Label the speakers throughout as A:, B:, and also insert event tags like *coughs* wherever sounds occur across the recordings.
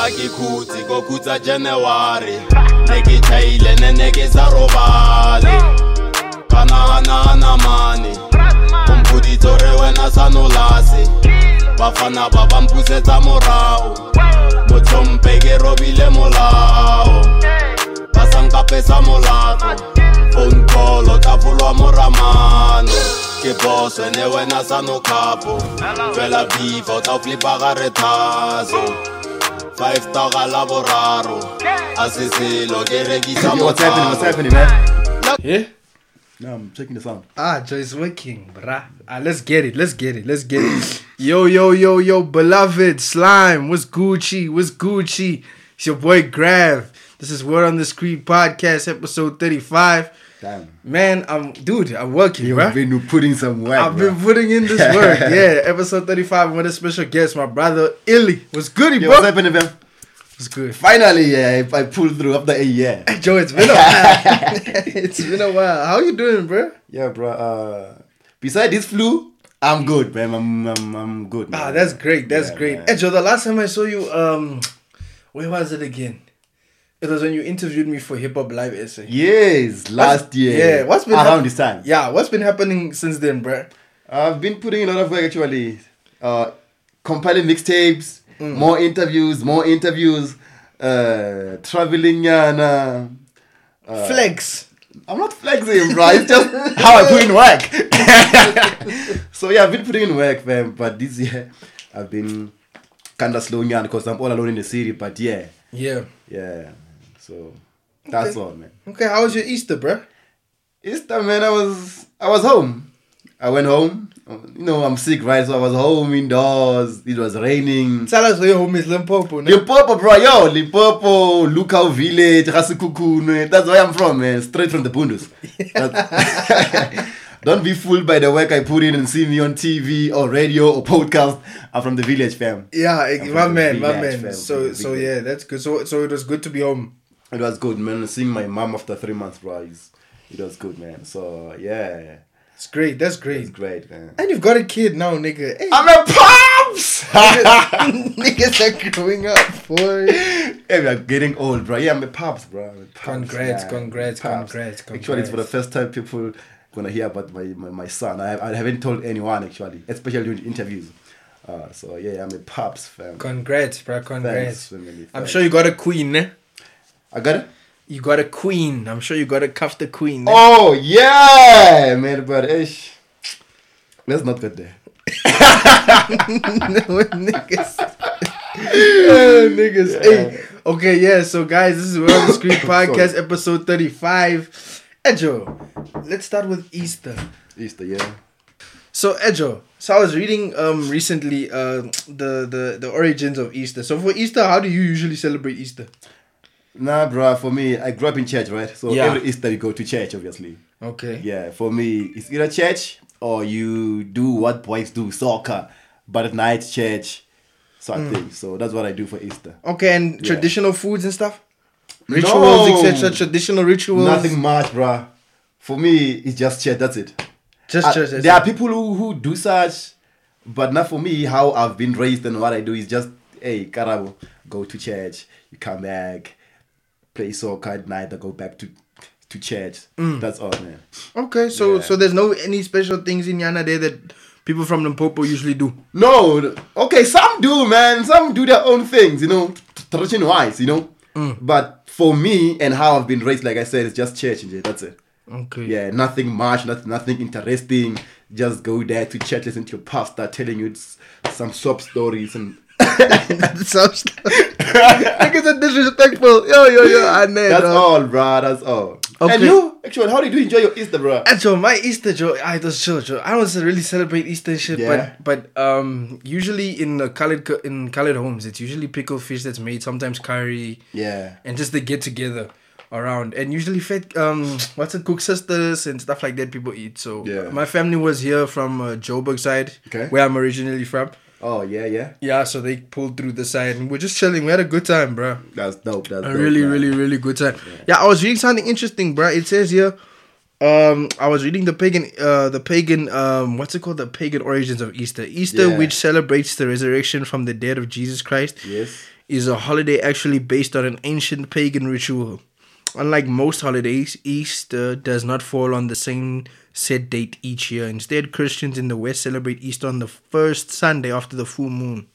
A: a ke khutse ko khutsa january ne ke chaile ne ne ke sa robale ka naganana mane o mphuditse re wena sa nolase bafana ba ba mpusetsa morago motlhompe ke robile molao ba sankapesa molato phone ta volwa moramano ke boss ene wena sa no capo fela viva o tla flipa ga re thaso five toga la boraro a se selo ke rekisa
B: Yo, what's happening? What's
A: motsao.
B: happening, man?
C: Yeah?
B: No, I'm checking the sound.
C: Ah, Joyce working, bruh. Ah, let's get it. Let's get it. Let's get it. *clears throat* Yo, yo, yo, yo, beloved slime. What's Gucci? What's Gucci? It's your boy Grav. This is Word on the Screen podcast, episode thirty-five.
B: Damn.
C: Man, I'm dude. I'm working, bruh.
B: You've been putting some work.
C: I've been putting in this
B: *laughs*
C: work. Yeah, episode thirty-five with a special guest, my brother Illy. What's good,
B: Yo, what's
C: bro?
B: happening, man?
C: What's good?
B: Finally, yeah, I, I pulled through after a year.
C: Joe, it's been a while. *laughs* it's been a while. How you doing, bro?
B: Yeah, bro. Uh, beside this flu, I'm good, man. I'm, I'm, I'm good. Man.
C: Ah, that's great. That's
B: Yeah,
C: great.
B: man.
C: Hey, Joe, the last time I saw you, um, where was it again? It was when you interviewed me for Hip Hop Live Essay.
B: Yes,
C: What's-
B: last year. Ah,
C: Yeah, what's been
B: around
C: hap-
B: this time?
C: Yeah, what's been happening since then, bro?
B: I've been putting in a lot of work actually. Uh, compiling mixtapes,
C: Mm.
B: more interviews, more interviews. Uh, traveling, Uh, yana.
C: Flex.
B: I'm not flexing, bro. It's just how I put in work. *laughs* so yeah, I've been putting in work, man. But this year, I've been kind of slowing down because I'm all alone in the city. But yeah,
C: Yeah.
B: yeah. So that's
C: Okay.
B: all, man.
C: Okay, how was your Easter, bro?
B: Easter, man. I was I was home. I went home. You know, I'm sick, right? So I was home indoors. It was raining.
C: Tell us where your home is, Limpopo. No?
B: Limpopo, bro, yo, Limpopo, Lukau village, Rasikukune. That's where I'm from, man. Straight from the *laughs* Bundus. That's- Don't be fooled by the work I put in and see me on TV or radio or podcast. I'm from the village, fam.
C: Yeah, eh,
B: from
C: my
B: the
C: man, my
B: village,
C: man.
B: fam,
C: So,
B: from the
C: so
B: village.
C: yeah, that's good. So, so it was good to be home.
B: It was good, man. Seeing my mom after three months, bro, is, it was good, man. So yeah,
C: It's great. That's
B: it's
C: great.
B: great, Ah. man.
C: And you've got a kid now, nigga. Hey,
B: I'm a *laughs* pops.
C: *laughs* niggas are growing up, boy.
B: yeah, we are getting old, bro. Yeah, I'm a pops, bro. I'm a pops,
C: Congrats,
B: yeah.
C: congrats, congrats,
B: Actually, it's for the
C: congrats.
B: first time people gonna hear about my, my, my son. I, I haven't told anyone actually, especially during interviews. Uh, so yeah, I'm a pops fam.
C: Congrats, bro. Congrats.
B: Thanks, family.
C: I'm
B: Thanks.
C: sure you got a queen, eh?
B: I got it.
C: You got a queen. I'm sure you got to cuff the queen. eh?
B: Oh yeah, man, but ish. Let's not get there. Oh, *laughs*
C: niggas. *laughs* Yeah, Oh, niggas. Hey. Okay, yeah. So, guys, this is We're on the Screen
B: *coughs*
C: podcast, episode 35. Ejo, let's start with Easter.
B: Easter, yeah.
C: So, Ejo, so I was reading um recently uh, the, the, the origins of Easter. So, for Easter, how do you usually celebrate Easter?
B: Nah, bro. For me, I grew up in church, right? So
C: Yeah.
B: every Easter you go to church, obviously.
C: Okay.
B: Yeah, for me, it's either church or you do what boys do, soccer, but at night church, so
C: Hmm.
B: I think so. That's what I do for Easter.
C: Okay, and traditional foods and stuff? Rituals,
B: No.
C: etc. Traditional rituals.
B: Nothing much, bruh. For me, it's just church. That's it.
C: Just
B: Uh,
C: church. that's
B: there
C: it.
B: are people who, who do such, but not for me. How I've been raised and what I do is just, hey, carabo, go to church. You come back, play soccer at night. I go back to to church.
C: Hmm.
B: That's all, man.
C: Okay, so
B: Yeah.
C: so there's no any special things in Yana Day that people from Limpopo usually do.
B: No, okay, some do, man. Some do their own things, you know, tradition wise, you know.
C: Mm.
B: But for me and how I've been raised, like I said, it's just church. and That's it.
C: Okay. *laughs*
B: Yeah, nothing much, not, nothing interesting. Just go there to church, listen to your pastor telling you s- some sob stories and. *laughs*
C: Sounds *laughs* niggas are disrespectful. Yo yo yo, I know.
B: That's
C: dog.
B: all, bruh. That's all. And
C: Okay.
B: you, actually, how did you enjoy your Easter, bruh?
C: And so my Easter Joe, I just chill, Joe. I don't really celebrate Easter and shit,
B: Yeah.
C: but but um usually in the colored co- in colored homes it's usually pickled fish that's made, sometimes curry,
B: Yeah.
C: and just the get together around and usually fed um what's it cook sisters and stuff like that people eat. So
B: Yeah.
C: my family was here from uh, Joburg side,
B: Okay.
C: where I'm originally from.
B: Oh, yeah, yeah.
C: Yeah, so they pulled through the side and we're just chilling. We had a good time, bro.
B: That's dope. That's
C: A
B: dope,
C: really,
B: bruh.
C: really, really good time. Yeah. I was reading something interesting, bro. It says here, um, I was reading the pagan, uh, the pagan, um, what's it called? The pagan origins of Easter. Easter,
B: Yeah.
C: which celebrates the resurrection from the dead of Jesus Christ,
B: Yes.
C: is a holiday actually based on an ancient pagan ritual. Unlike most holidays, Easter does not fall on the same set date each year. Instead, Christians in the West celebrate Easter on the first Sunday after the full moon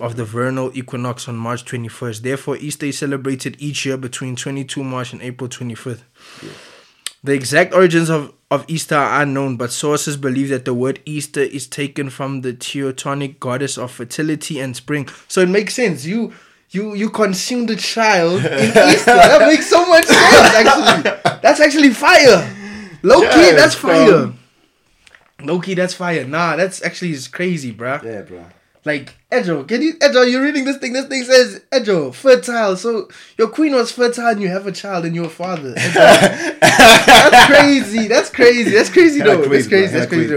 C: of the vernal equinox on March 21st. Therefore, Easter is celebrated each year between 22 March and April 25th. The exact origins of, of Easter are unknown, but sources believe that the word Easter is taken from the Teutonic goddess of fertility and spring. So it makes sense. You you you consumed a
B: *laughs*
C: child in Easter. That makes so much sense actually. That's actually fire. Low key,
B: Yeah,
C: that's fire.
B: fam.
C: Low key, that's fire. Nah, that's actually is crazy, bruh.
B: Yeah, bro.
C: Like Ejo, can you Ejo? You're reading this thing. This thing says Ejo fertile. So your queen was fertile, and you have a child, and you're a father. Ejo.
B: *laughs*
C: that's crazy. That's crazy. That's crazy
B: Hella
C: though. that's
B: crazy, bro. Hella
C: crazy. That's crazy.
B: crazy,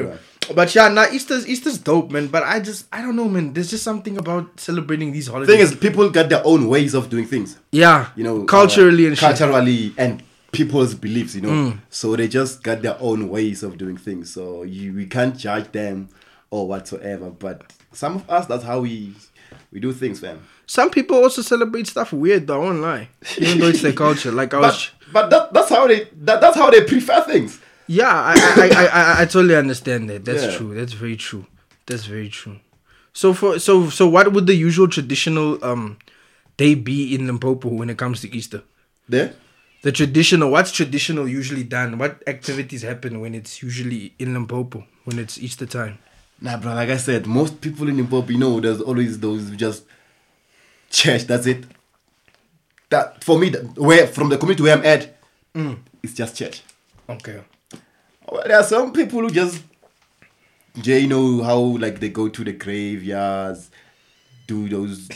C: though. But yeah, nah, Easter's Easter's dope, man. But I just I don't know, man. There's just something about celebrating these holidays.
B: Thing is, people got their own ways of doing things.
C: yeah,
B: You know,
C: culturally
B: uh,
C: and shit. Mm.
B: culturally and people's beliefs. You know, so they just got their own ways of doing things. So you we can't judge them or whatsoever. But some of us, that's how we we do things, fam.
C: Some people also celebrate stuff weird. Though, I won't lie. Even though
B: *laughs*
C: it's their culture, like I was.
B: But, but that, that's how they that, that's how they prefer things.
C: Yeah, I I, I, I, I totally understand that. That's
B: Yeah.
C: true. That's very true. That's very true. So for so so what would the usual traditional um day be in Limpopo when it comes to Easter?
B: There.
C: The traditional what's traditional usually done? What activities happen when it's usually in Limpopo when it's Easter time?
B: Nah, bro. Like I said, most people in Zimbabwe, you know, there's always those who just church. That's it. That for me, that- where from the community where I'm at,
C: Mm.
B: it's just church.
C: Okay.
B: Well, there are some people who just, they know how like they go to the graveyards, do
C: *laughs*
B: those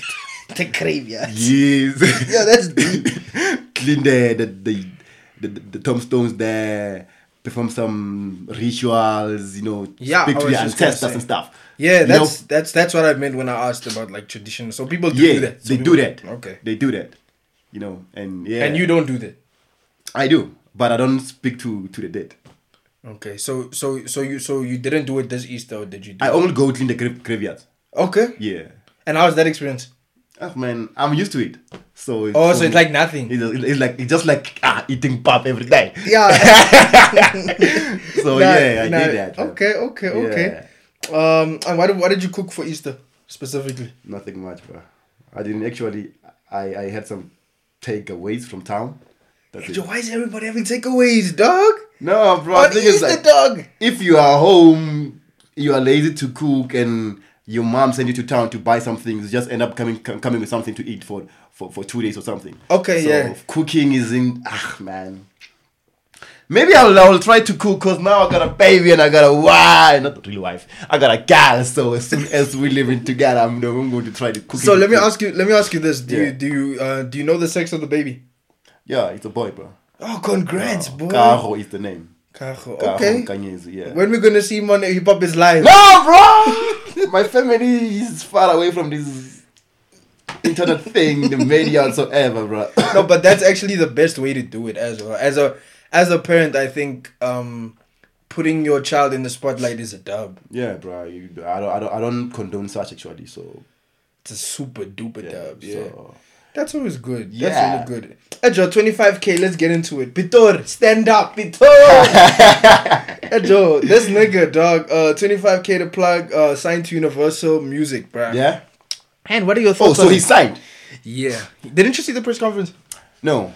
C: The graveyard.
B: years.
C: *laughs* Yeah, that's
B: deep. *laughs* Clean the the, the the the tombstones there, perform some rituals, you know,
C: Yeah,
B: speak
C: I
B: to
C: was
B: the
C: just gonna
B: ancestors
C: say.
B: and stuff.
C: Yeah,
B: You
C: that's
B: know,
C: that's that's what I meant when I asked about like traditional. So people do,
B: yeah,
C: do that. So
B: they
C: people-
B: do that.
C: Okay.
B: they do that. You know, and yeah,
C: And you don't do that.
B: I do, but I don't speak to to the dead.
C: Okay. So so so you so you didn't do it this Easter or did you do
B: I
C: it?
B: only go clean the gra- graveyards.
C: Okay.
B: Yeah,
C: And how's that experience?
B: oh, man, I'm used to it. So it's,
C: Oh,
B: for
C: so it's
B: me-
C: like nothing.
B: It's, it's like it's just like ah eating pap every day.
C: *laughs* Yeah.
B: *laughs* So
C: Nah,
B: yeah, I
C: nah.
B: did that. man.
C: Okay, okay, okay. Um, and what, what did you cook for Easter specifically?
B: Nothing much, bro. I didn't actually. I I had some takeaways from town. That's it.
C: Yo, why is everybody having takeaways, dog?
B: No, bro.
C: On
B: I think it's
C: Easter,
B: like *laughs*
C: dog.
B: if you are home, you are lazy to cook, and your mom send you to town to buy some things. Just end up coming com- coming with something to eat for for, for two days or something.
C: Okay,
B: so
C: yeah.
B: Cooking is in ah man. Maybe I'll, I'll try to cook because now I got a baby and I got a wife. Not really wife. I got a girl. So as soon *laughs* as we living together, I'm, I'm going to try to cook.
C: So let me ask you. Let me ask you this. Do
B: Yeah.
C: you do you uh, do you know the sex of the baby?
B: Yeah, it's a boy, bro.
C: Oh, congrats, boy.
B: Caro is the name.
C: Kaho.
B: Caro
C: Okay.
B: Kanyezi, yeah.
C: When we gonna see him on hip hop is live?
B: no, bro! *laughs* My family is far away from this internet thing, the media whatsoever, bro.
C: no, but that's actually the best way to do it as well. As a as a parent, I think um, putting your child in the spotlight is a dub.
B: *coughs* yeah, bro. You, I, don't, I, don't, I don't condone such actually, so.
C: It's a super duper dub. Yeah.
B: so-
C: That's always good.
B: Yeah.
C: That's really good. Ejo, 25k, let's get into it. Pitor, stand up,
B: *laughs*
C: Pitor! Ejo, this nigga, dog, uh, 25k to plug, uh, signed to Universal Music, bruh.
B: Yeah?
C: And what are your
B: Oh,
C: thoughts
B: so
C: on
B: he signed?
C: Yeah. Didn't you see the press conference?
B: No.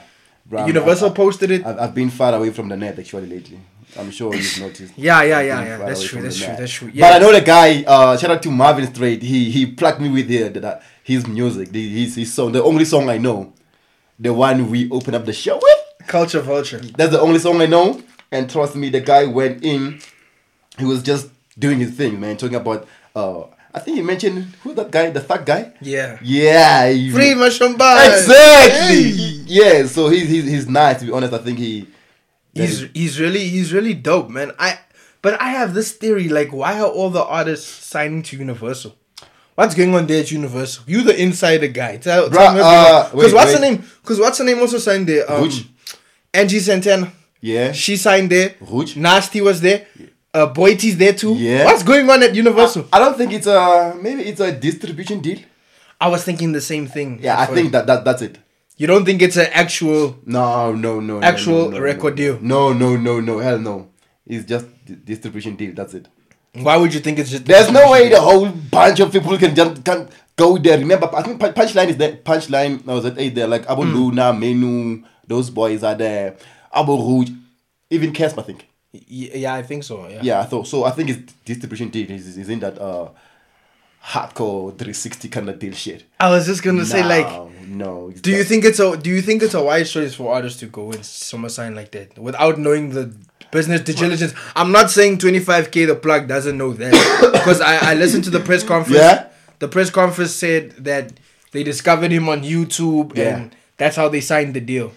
B: Bro, I'm-
C: Universal
B: I-
C: posted it.
B: I've, I've been far away from the net actually lately. I'm sure
C: *coughs*
B: you've noticed.
C: Yeah, yeah,
B: I've
C: yeah,
B: been
C: yeah.
B: far
C: That's
B: away
C: true,
B: from
C: that's
B: the
C: true,
B: net.
C: that's true.
B: But
C: Yeah.
B: I know the guy. Uh, shout out to Marvin Straight. He he plugged me with the, that his music, the, his his song, the only song I know, the one we open up the show with.
C: Culture Vulture.
B: That's the only song I know. And trust me, the guy went in. He was just doing his thing, man. Talking about. Uh, I think he mentioned who's that guy, the fat guy.
C: Yeah.
B: Yeah. he-
C: Free Mashamba!
B: Exactly. Yeah. So he's he's he's nice. To be honest, I think he.
C: He's he's really he's really dope, man. I but I have this theory like why are all the artists signing to Universal? What's going on there at Universal? You the insider guy. Tell,
B: Bruh, uh,
C: because
B: wait,
C: what's her
B: wait.
C: name? Because what's her name also signed there? Um,
B: Which?
C: Angie Santana.
B: Yeah.
C: She signed there.
B: Which?
C: Nasty was there. Uh, Boity's there too.
B: Yeah.
C: What's going on at Universal?
B: I don't think it's a maybe it's a distribution deal.
C: I was thinking the same thing.
B: Yeah,
C: at
B: I
C: first.
B: think that, that that's it.
C: you don't think it's an actual.
B: No, no, no. no,
C: Actual
B: no, no,
C: record
B: no,
C: deal.
B: No, no, no, no. Hell no. It's just di- distribution deal. That's it.
C: Why would you think it's just?
B: There's no way the whole bunch of people can just can go there. Remember, I think Pun- Punchline is there. Punchline, I was at 8 there. Like Abu
C: Hmm.
B: Luna, Menu, those boys are there. Abu Rouge, even Kesp, I think.
C: Y- Yeah, I think so. Yeah.
B: Yeah, I thought so. I think it's distribution deal. Is is in that uh, hardcore 360 kind of deal shit.
C: I was just gonna say like.
B: No, no. it's
C: Do you
B: just-
C: think it's a do you think it's a wise choice for artists to go and summer sign like that without knowing the business due diligence? I'm not saying 25k the plug doesn't know that because I, I listened to the press conference.
B: Yeah?
C: The press conference said that they discovered him on YouTube
B: Yeah.
C: and that's how they signed the deal.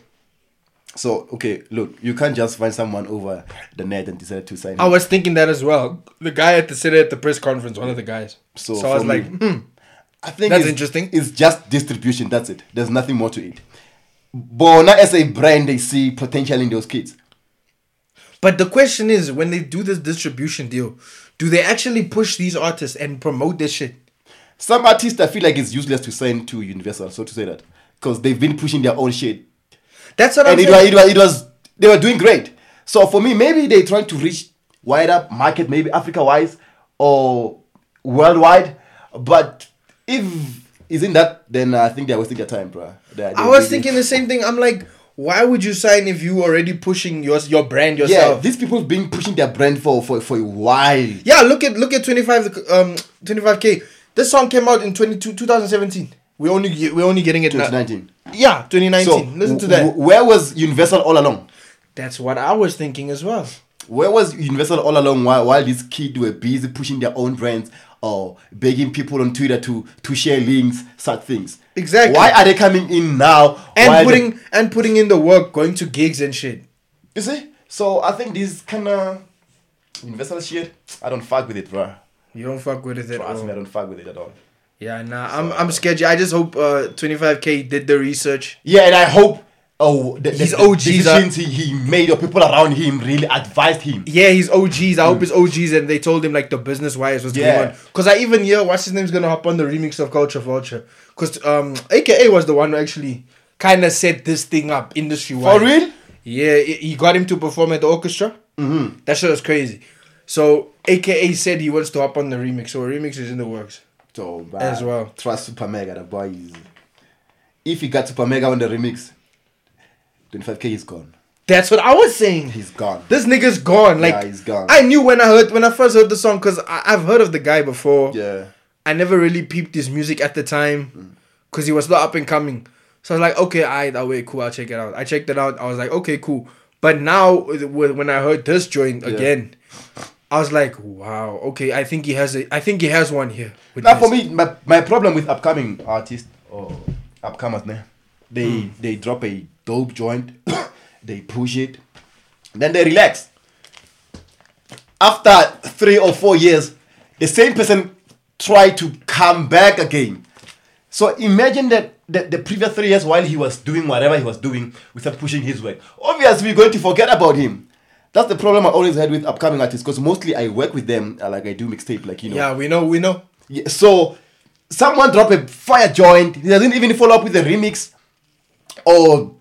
B: so? Okay, look, you can't just find someone over the net and decide to sign.
C: I
B: him.
C: was thinking that as well. The guy at the city at the press conference, one of the guys. So,
B: So
C: I was
B: for
C: like,
B: me-
C: hmm,
B: I think
C: That's
B: it's-
C: interesting.
B: It's just distribution. That's it. There's nothing more to it. But not as a brand, they see potential in those kids.
C: But the question is, when they do this distribution deal, do they actually push these artists and promote this shit?
B: Some artists, I feel like it's useless to sign to Universal. So to say that, because they've been pushing their own shit,
C: That's what I'm
B: and it was,
C: saying.
B: it was it was they were doing great. So for me, maybe they're trying to reach wider market, maybe Africa wise or worldwide. But if isn't that, then I think they're wasting their time, bro.
C: I was thinking the same thing. I'm like, why would you sign if you already pushing your your brand
B: yeah,
C: yourself? Yeah,
B: these people been pushing their brand for for, for a while.
C: look at look at 25 um 25k. This song came out in 22 2017. We only ge- we only getting it now.
B: 2019.
C: Yeah, 2019.
B: So
C: Listen to that.
B: w- where was Universal all along?
C: That's what I was thinking as well.
B: Where was Universal all along while, while these kids were busy pushing their own brands or begging people on Twitter to to share links, such things?
C: Exactly.
B: Why are they coming in now?
C: And
B: while
C: putting
B: they-
C: and putting in the work, going to gigs and shit.
B: you see. So I think this kind of Universal shit, I don't fuck with it, bro.
C: You don't fuck with it at
B: Trust me, I
C: all.
B: don't fuck with it at all.
C: Yeah, nah. I'm I'm sketchy. I just hope uh 25k did the research.
B: Yeah, and I hope. Oh, the, the-
C: He's uh,
B: the
C: OGs are-
B: decisions he, he made or people around him really advised him.
C: Yeah, he's OGs. I hope it's OGs, and they told him like the business wise was
B: Mm. Yeah.
C: going on. Cause I even hear what's his name's gonna hop on the remix of Culture Vulture. Cause um, AKA was the one who actually kind of set this thing up industry wide.
B: For real?
C: Yeah, he he got him to perform at the orchestra. Mm-hmm. That shit was crazy. So AKA said he wants to hop on the remix. So a remix is in the works.
B: So, but
C: As well.
B: Trust Super Mega, the boy is. If he got Super Mega on the remix, 25k is gone.
C: That's what I was saying.
B: He's gone.
C: This nigga's gone. Like
B: he's gone.
C: I knew when I heard when I first heard the song because I've heard of the guy before.
B: Yeah.
C: I never really peeped his music at the time because he was not up and coming. So I was like, okay, I that way, cool. I'll check it out. I checked it out. I was like, okay, cool. But now with- with- when I heard this joint again, I was like, wow, okay. I think he has a. I think he has one here. with
B: Now, for
C: this.
B: me, my, my problem with upcoming artists or upcomers, nah, they
C: Hmm.
B: they drop a dope joint, *coughs* they push it, then they relax. After three or four years, the same person try to come back again. So imagine that the, the previous three years while he was doing whatever he was doing without pushing his work. Obviously, we're going to forget about him. That's the problem I always had with upcoming artists because mostly I work with them, uh, like I do mixtape, like you know.
C: yeah, we know, we know.
B: Yeah, so someone drop a fire joint. He doesn't even follow up with a remix or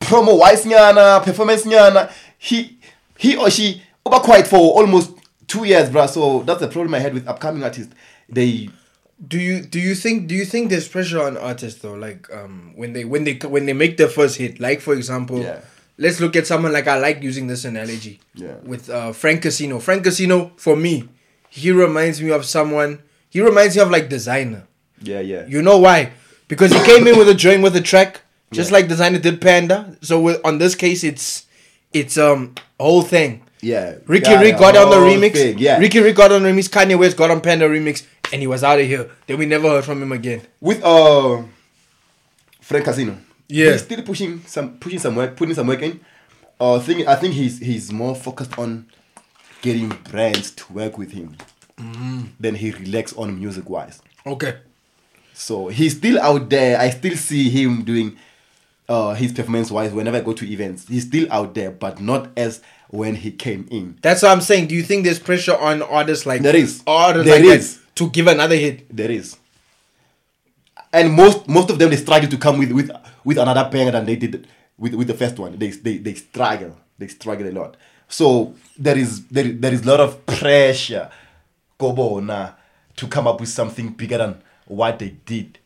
B: promo wise nyana, performance nyana. He he or she over quiet for almost two years, bruh. So that's the problem I had with upcoming artists. They
C: Do you do you think do you think there's pressure on artists though? Like um, when they when they when they make their first hit, like for example,
B: Yeah.
C: let's look at someone like I like using this analogy.
B: Yeah.
C: With uh, Frank Casino, Frank Casino for me, he reminds me of someone. He reminds me of like designer.
B: Yeah, yeah.
C: You know why? Because he came in with a joint with a track, just like designer did Panda. So with, on this case, it's it's um whole thing.
B: Yeah.
C: Ricky
B: Yeah,
C: Rick
B: yeah,
C: got on the
B: whole
C: remix.
B: thing, yeah.
C: Ricky Rick got on the remix. Kanye West got on Panda remix, and he was out of here. Then we never heard from him again.
B: with uh Frank Casino.
C: Yeah.
B: He's still pushing some pushing some work, putting some work in. Uh thing I think he's he's more focused on getting brands to work with him than he relax on music wise.
C: Okay.
B: So he's still out there. I still see him doing uh his performance wise whenever I go to events. He's still out there, but not as when he came in.
C: That's what I'm saying. Do you think there's pressure on artists like
B: There is.
C: artists
B: There
C: like that
B: is.
C: to give another hit?
B: There is. and most most of them they struggle to come with with with another banger than they did with with the first one. They they they struggle. They struggle a lot. So there is there, there is a lot of pressure, Kobona, to come up with something bigger than what they did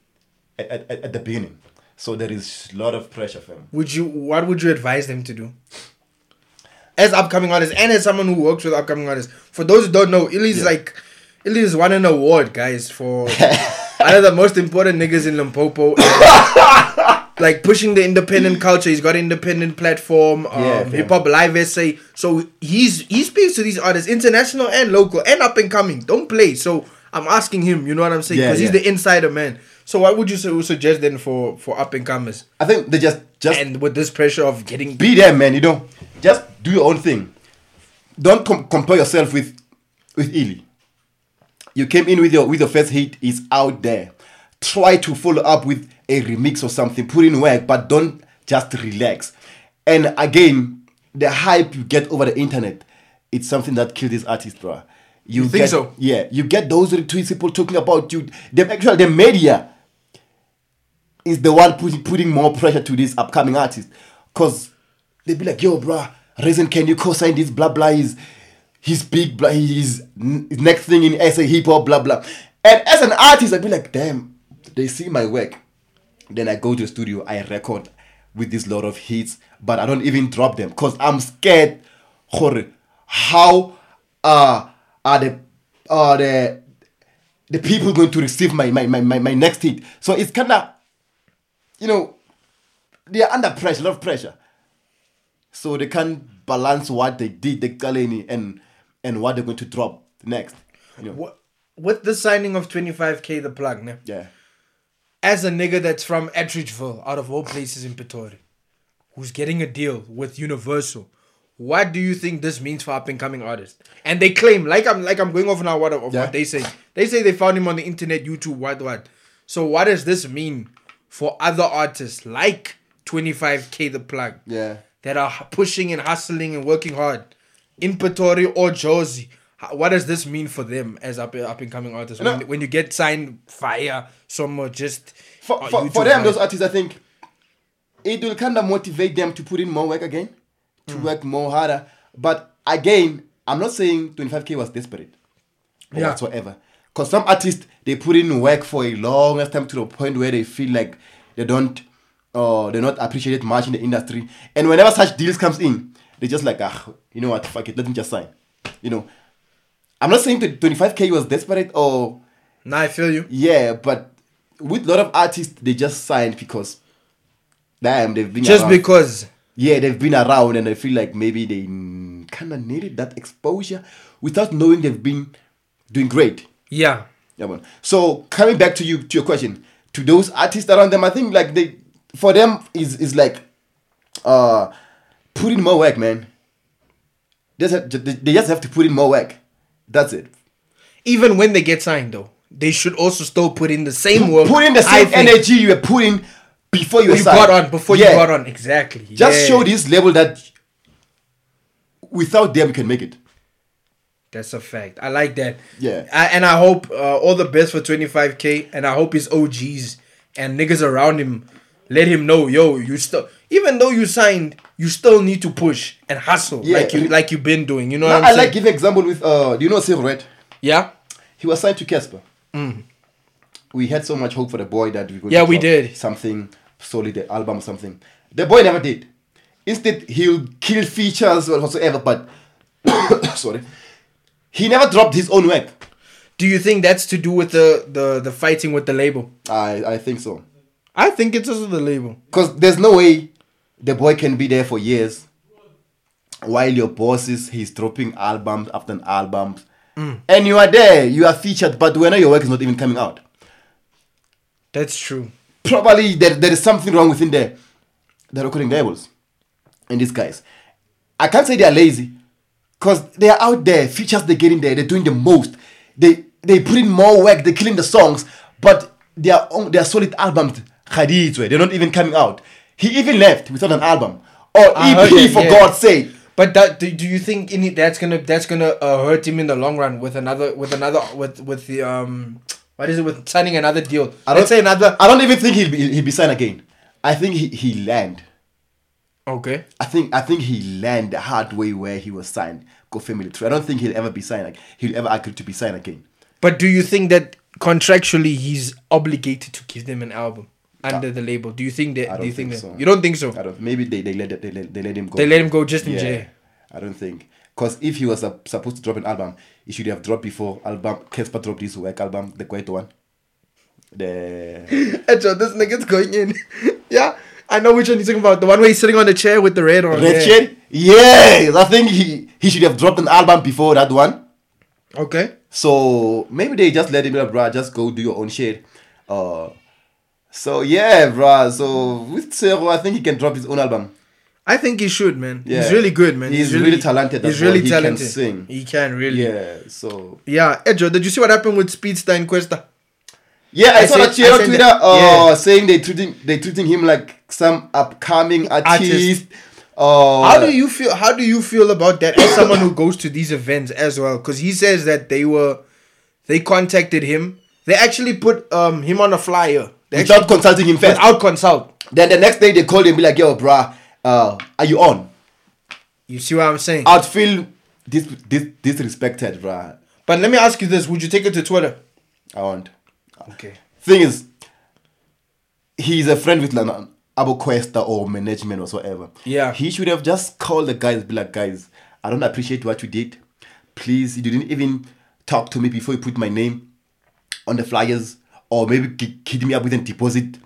B: at, at, at the beginning. So there is a lot of pressure for them.
C: Would you? What would you advise them to do? As upcoming artists and as someone who works with upcoming artists, for those who don't know, Illy's
B: Yeah.
C: like Illy's won an award, guys, for
B: *laughs*
C: one of the most important niggas in Limpopo. like pushing the independent culture. He's got an independent platform, um,
B: Yeah, fam.
C: hip hop live essay. So he's he speaks to these artists, international and local, and up and coming. Don't play. So I'm asking him. You know what I'm saying?
B: Yeah,
C: Because
B: yeah.
C: he's the insider man. So what would you su- suggest then for for up and comers?
B: I think they just just
C: And with this pressure of getting
B: be there, man. You know, just do your own thing. Don't com- compare yourself with with Ely. You came in with your with your first hit is out there. Try to follow up with a remix or something. Put in work, but don't just relax. And again, the hype you get over the internet, it's something that kills these artists, bro. You,
C: think
B: get-
C: so?
B: Yeah, you get those retweets, people talking about you. The actual the media is the one put, putting more pressure to these upcoming artists because they be like yo bruh reason can you co-sign this blah blah is he's big blah he's n- next thing in SA hip hop blah blah and as an artist I'd be like damn they see my work then I go to the studio I record with this lot of hits but I don't even drop them because I'm scared gore, how uh, are the are the the people going to receive my my, my, my, my next hit so it's kind of you know, they are under pressure, a lot of pressure. So they can't balance what they did, the Galeni, and and what they're going to drop next. You know,
C: Wha- with the signing of 25k the plug ne?
B: yeah.
C: as a nigga that's from Ettridgeville out of all places in Pretoria who's getting a deal with Universal what do you think this means for up and coming artists and they claim like I'm like I'm going off now what of
B: Yeah.
C: what they say they say they found him on the internet YouTube what what so what does this mean for other artists like 25k the plug
B: Yeah.
C: that are pushing and hustling and working hard in Pretoria or Jersey. How- What does this mean for them as up, up and coming artists? When,
B: No.
C: when you get signed via someone just
B: For,
C: on
B: for, for
C: YouTube,
B: them,
C: right?
B: those artists, I think it will kind of motivate them to put in more work again, to work more harder. But again, I'm not saying 25k was desperate or
C: Yeah.
B: whatsoever. Because some artists, they put in work for a long time to the point where they feel like they don't, uh, they're not appreciated much in the industry. And whenever such deals comes in, they're just like, ah, you know what, fuck it, let me just sign. You know, I'm not saying that 25k was desperate or
C: Nah, I feel you.
B: yeah, but with a lot of artists, they just signed because damn, they've been
C: Just
B: around.
C: because.
B: yeah, they've been around, and I feel like maybe they kind of needed that exposure without knowing they've been doing great.
C: Yeah.
B: Yeah, man. So coming back to you to your question, to those artists around them, I think like they for them is is like uh put in more work, man. Just have, they just have to put in more work. That's it.
C: Even when they get signed, though, they should also still put in the same work.
B: Put in the
C: I
B: same
C: think,
B: energy you were putting before you,
C: You
B: were
C: got
B: signed.
C: on before
B: Yeah.
C: you got on. Exactly.
B: Just
C: Yeah.
B: show this level that without them you can make it.
C: That's a fact. I like that.
B: Yeah.
C: I, and I hope uh, all the best for 25k. And I hope his OGs and niggas around him let him know, yo, you still, even though you signed, you still need to push and hustle
B: Yeah.
C: like you like you've been doing. You know
B: Now,
C: what
B: I
C: I'm
B: like
C: saying?
B: give example with uh do you know Cyril Red?
C: yeah.
B: He was signed to Casper. We had so much hope for the boy that we could
C: Mm. Yeah, we did.
B: something solid an album or something. The boy never did. Instead he'll kill features or whatsoever, but *coughs* sorry. He never dropped his own work.
C: Do you think that's to do with the the the fighting with the label?
B: I I think so.
C: I think it's also the label.
B: Because there's no way the boy can be there for years while your boss is he's dropping albums after albums. And you are there, you are featured, but we know your work is not even coming out.
C: That's true.
B: Probably there, there is something wrong within the, the recording labels and these guys. I can't say they are lazy because they are out there, features they're getting there, they're doing the most. They they put in more work, they're killing the songs, but they are on, they are solid albums. Khadijwe, they're not even coming out. He even left without an album or
C: I
B: EP
C: heard that,
B: for
C: Ah, yeah.
B: God's sake.
C: But that, do, do you think any that's gonna that's gonna uh, hurt him in the long run with another with another with with the um What is it with signing another deal?
B: I
C: Let's
B: don't-
C: say another.
B: I don't even think he'll be, he'll be signed again. I think he, he land.
C: Okay.
B: I think I think he land the hard way where he was signed. Go family tree. I don't think he'll ever be signed. Like, he'll ever agree to be signed again.
C: But do you think that contractually he's obligated to give them an album under the label? Do you think
B: I
C: that? do
B: don't
C: you think,
B: think
C: that?
B: so.
C: You don't think so?
B: I don't. Maybe they, they let it- they let, they let him go.
C: They let him go just in *laughs* jail.
B: I don't think. Because if he was uh, supposed to drop an album, he should have dropped before album. Casper dropped his work album, the quiet one.
C: *gasps*
B: The
C: Actually, this nigga's going in. *laughs* yeah, I know which one he's talking about. The one where he's sitting on the chair with the red on.
B: Red
C: yeah.
B: Chain. Yes, I think he he should have dropped an album before that one.
C: Okay.
B: So maybe they just let him up, bruh. Just go do your own shit. Uh, so yeah, bruh. So with Sero, I think he can drop his own album.
C: I think he should, man.
B: Yeah.
C: He's really good, man.
B: He's really talented as
C: He's
B: well.
C: really
B: He can
C: talented.
B: sing.
C: He can really. Yeah.
B: Yeah. So
C: Yeah. Edjo, did you see what happened with Speedster and Questa?
B: yeah, I,
C: I
B: saw
C: said-
B: that shit
C: I
B: on
C: said
B: Twitter.
C: that-
B: uh,
C: yeah.
B: saying they treating they treating him like some upcoming
C: Artist.
B: artist. Uh,
C: How do you feel? How do you feel about that as someone who goes to these events as well? Because he says that they were, they contacted him. They actually put um him on a flyer. They
B: without
C: actually-
B: consulting him first?
C: without consult.
B: Then the next day they called him be like, "Yo, bruh, uh, are you on?"
C: You see what I'm saying?
B: I'd feel dis- dis- disrespected, bruh.
C: but let me ask you this: Would you take it to Twitter?
B: I won't.
C: Okay.
B: Thing is, he's a friend with Lana Abu Questa or management or whatever.
C: Yeah.
B: He should have just called the guys, be like, guys, I don't appreciate what you did. Please, you didn't even talk to me before you put my name on the flyers, or maybe ki- kid me up with a deposit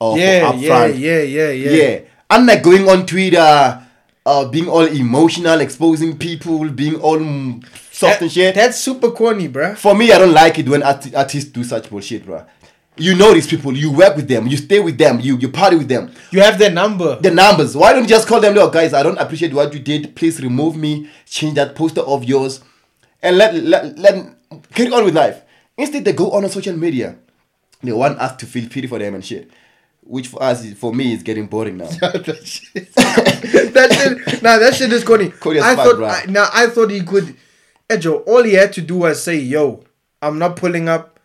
B: or
C: Yeah,
B: upfront.
C: yeah, yeah, yeah, yeah,
B: Yeah. I'm like going on Twitter, uh, being all emotional, exposing people, being all mm, soft
C: That-
B: and shit.
C: That's super corny, bruh.
B: For me, I don't like it when art- artists do such bullshit, bro. You know these people, you work with them, you stay with them, you, you party with them.
C: You have their number.
B: The numbers, why don't you just call them, look, guys, I don't appreciate what you did. Please remove me, change that poster of yours, and let, let, let carry on with life. Instead, they go on, on social media. They want us to feel pity for them and shit. Which for us, is- for me, is getting boring now.
C: that shit. *laughs* that shit. Nah, that shit is corny.
B: Corny as
C: I
B: fuck,
C: thought.
B: bruh.
C: I, now I thought he could. Ejo, all he had to do was say, "Yo, I'm not pulling up.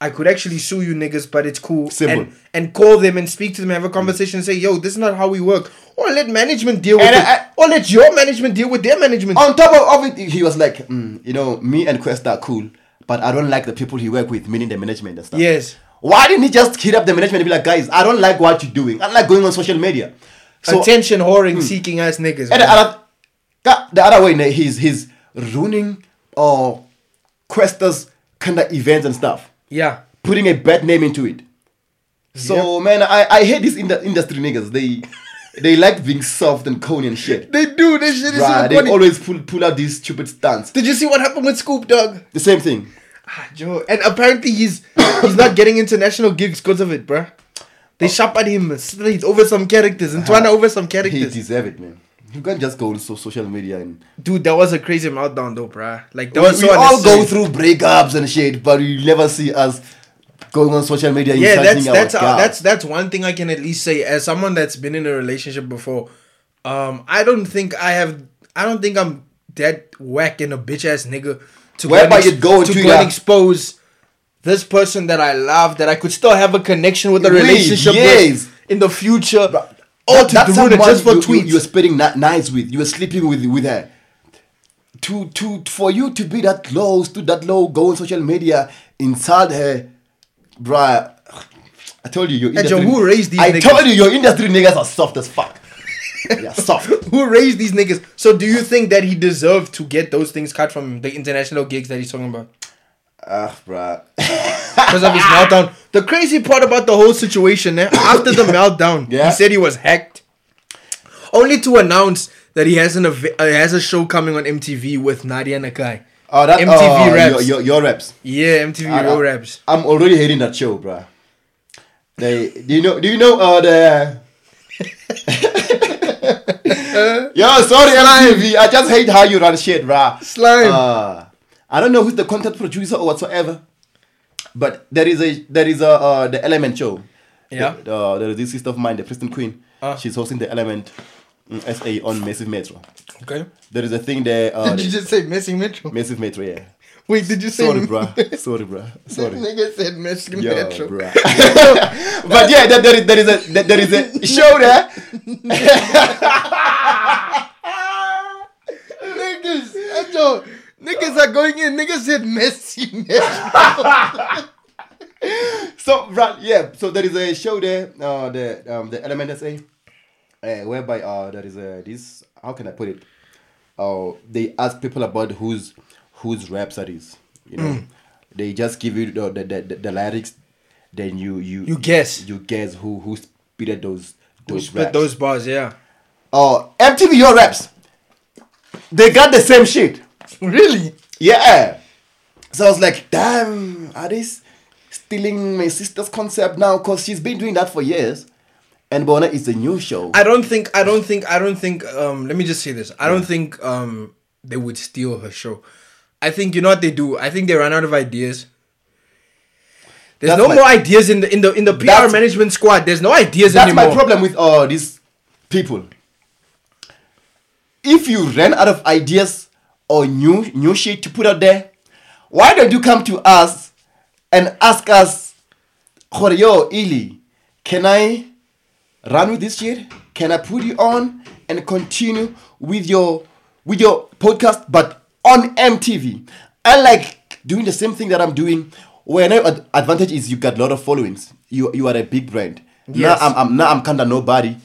C: I could actually sue you niggas, but it's cool."
B: Simple.
C: And, and call them and speak to them, have a conversation, and say, "Yo, this is not how we work." Or let management deal with
B: And
C: it.
B: I- I-
C: or let your management deal with their
B: *laughs*
C: management.
B: on top of, of it, he was like, "Mm, you know, me and Questa are cool, but I don't like the people he work with, meaning the management and stuff.
C: Yes.
B: Why didn't he just hit up the management and be like, guys, I don't like what you're doing. I like going on social media. So
C: Attention whoring, seeking ass niggas.
B: and
C: bruh.
B: the other, ca- the other way, ne, he's he's ruining or Questa's kind of events and stuff,
C: yeah.
B: putting a bad name into it. So man, I, I hate these in the industry niggas. They they like being soft and corny and shit.
C: They do. This shit is
B: Bruh,
C: so
B: they
C: funny.
B: always pull pull out these stupid stunts.
C: Did you see what happened with Scoop Dog?
B: The same thing.
C: Ah, Joe. And apparently he's he's not getting international gigs because of it, bruh.
B: Oh.
C: They shop at him straight over some characters and
B: *laughs*
C: Twana over some
B: He
C: characters.
B: deserve it, man. You can't just go on so social media and
C: Dude, that was a crazy meltdown though, bruh. Like that
B: we,
C: was so
B: we all go
C: unnecessary.
B: through breakups and shit, but you never see us going on social media
C: Yeah,
B: insulting
C: that's
B: our
C: that's uh,
B: guy.
C: that's that's one thing I can at least say as someone that's been in a relationship before. Um, I don't think I have. I don't think I'm that whack and a bitch ass nigga to go
B: Whereby
C: and
B: you'd go on
C: to
B: Twitter.
C: go and expose this person that I love that I could still have a connection with a
B: With,
C: relationship
B: yes.
C: with in the future.
B: But
C: all
B: that-
C: to
B: that's
C: do it
B: someone
C: just for
B: you,
C: tweets.
B: You, are spending ni- nights with. You are sleeping with with her. To to for you to be that low, to that low, go on social media, insult her, bruh. I told you, your
C: Joe,
B: industry.
C: who raised these
B: I
C: niggas?
B: told you, your industry niggas are soft as fuck. They're
C: *laughs*
B: soft.
C: Who raised these niggas? So do you think that he deserved to get those things cut from him, the international gigs that he's talking about?
B: Ah,
C: *laughs*
B: bruh.
C: because of his meltdown. The crazy part about the whole
B: *coughs*
C: situation, eh, after the meltdown,
B: Yeah.
C: he said he was hacked, only to announce that he has an ev- uh, has a show coming on MTV with Nadia Nakai.
B: Oh, that
C: MTV
B: oh,
C: raps.
B: Your, your, Ah, your raps.
C: yeah, MTV
B: I-
C: Raw
B: I-
C: raps.
B: I'm already hating that show, bruh. They, do you know? Do you know? Uh,
C: *laughs*
B: the. Yo, sorry, LIV. I just hate how you run shit, bruh.
C: Slime.
B: Uh, I don't know who's the content producer or whatsoever, but there is a there is a uh, the Element show.
C: Yeah.
B: The- uh, there is this sister of mine, the Preston Queen.
C: Ah.
B: She's hosting the Element mm, SA on Massive Metro.
C: Okay.
B: There is a thing there. Uh, *laughs*
C: *laughs* Did you just say missing Metro?
B: Massive Metro, yeah.
D: Wait, did you say
B: Sorry,
C: *laughs*
B: bruh. Sorry, bruh.
D: Sorry.
B: *laughs* Sorry.
D: Nigga said
B: *laughs*
D: Mexican
B: Yo,
D: Metro.
B: bruh. but yeah, that, that, is, that is a that, that is a show there.
D: Niggas, Ajo, niggas are going in. Niggas said Messi Metro.
B: So right, yeah. So there is a show there, uh, the um, the Element SA, uh, whereby uh, there is a this. How can I put it? Uh, they ask people about whose whose raps that is. You know, they just give you the the, the, the lyrics, then you you
C: You guess.
B: you guess who who spitted those
C: We
B: those
C: spit
B: raps.
C: those bars, yeah.
B: Oh, MTV Your Raps. They got the same shit.
D: really?
B: Yeah. So I was like, damn, are they s- stealing my sister's concept now? Because she's been doing that for years. And Bona is a new show.
C: I don't think I don't think I don't think um let me just say this. I don't think um they would steal her show. I think you know what they do. I think they run out of ideas. There's
B: That's
C: no
B: my-
C: more ideas in the in the in the PR
B: That's-
C: management squad. There's no ideas
B: That's
C: anymore.
B: my problem with all these people. If you ran out of ideas or new new shit to put out there, why don't you come to us and ask us, "Gore, yo, Ili, can I run with this shit? Can I put you on and continue with your with your podcast, but on MTV? I like doing the same thing that I'm doing. Where now ad- advantage is you got a lot of followings. You you are a big brand.
C: Yes.
B: Now I'm, I'm now I'm kinda nobody.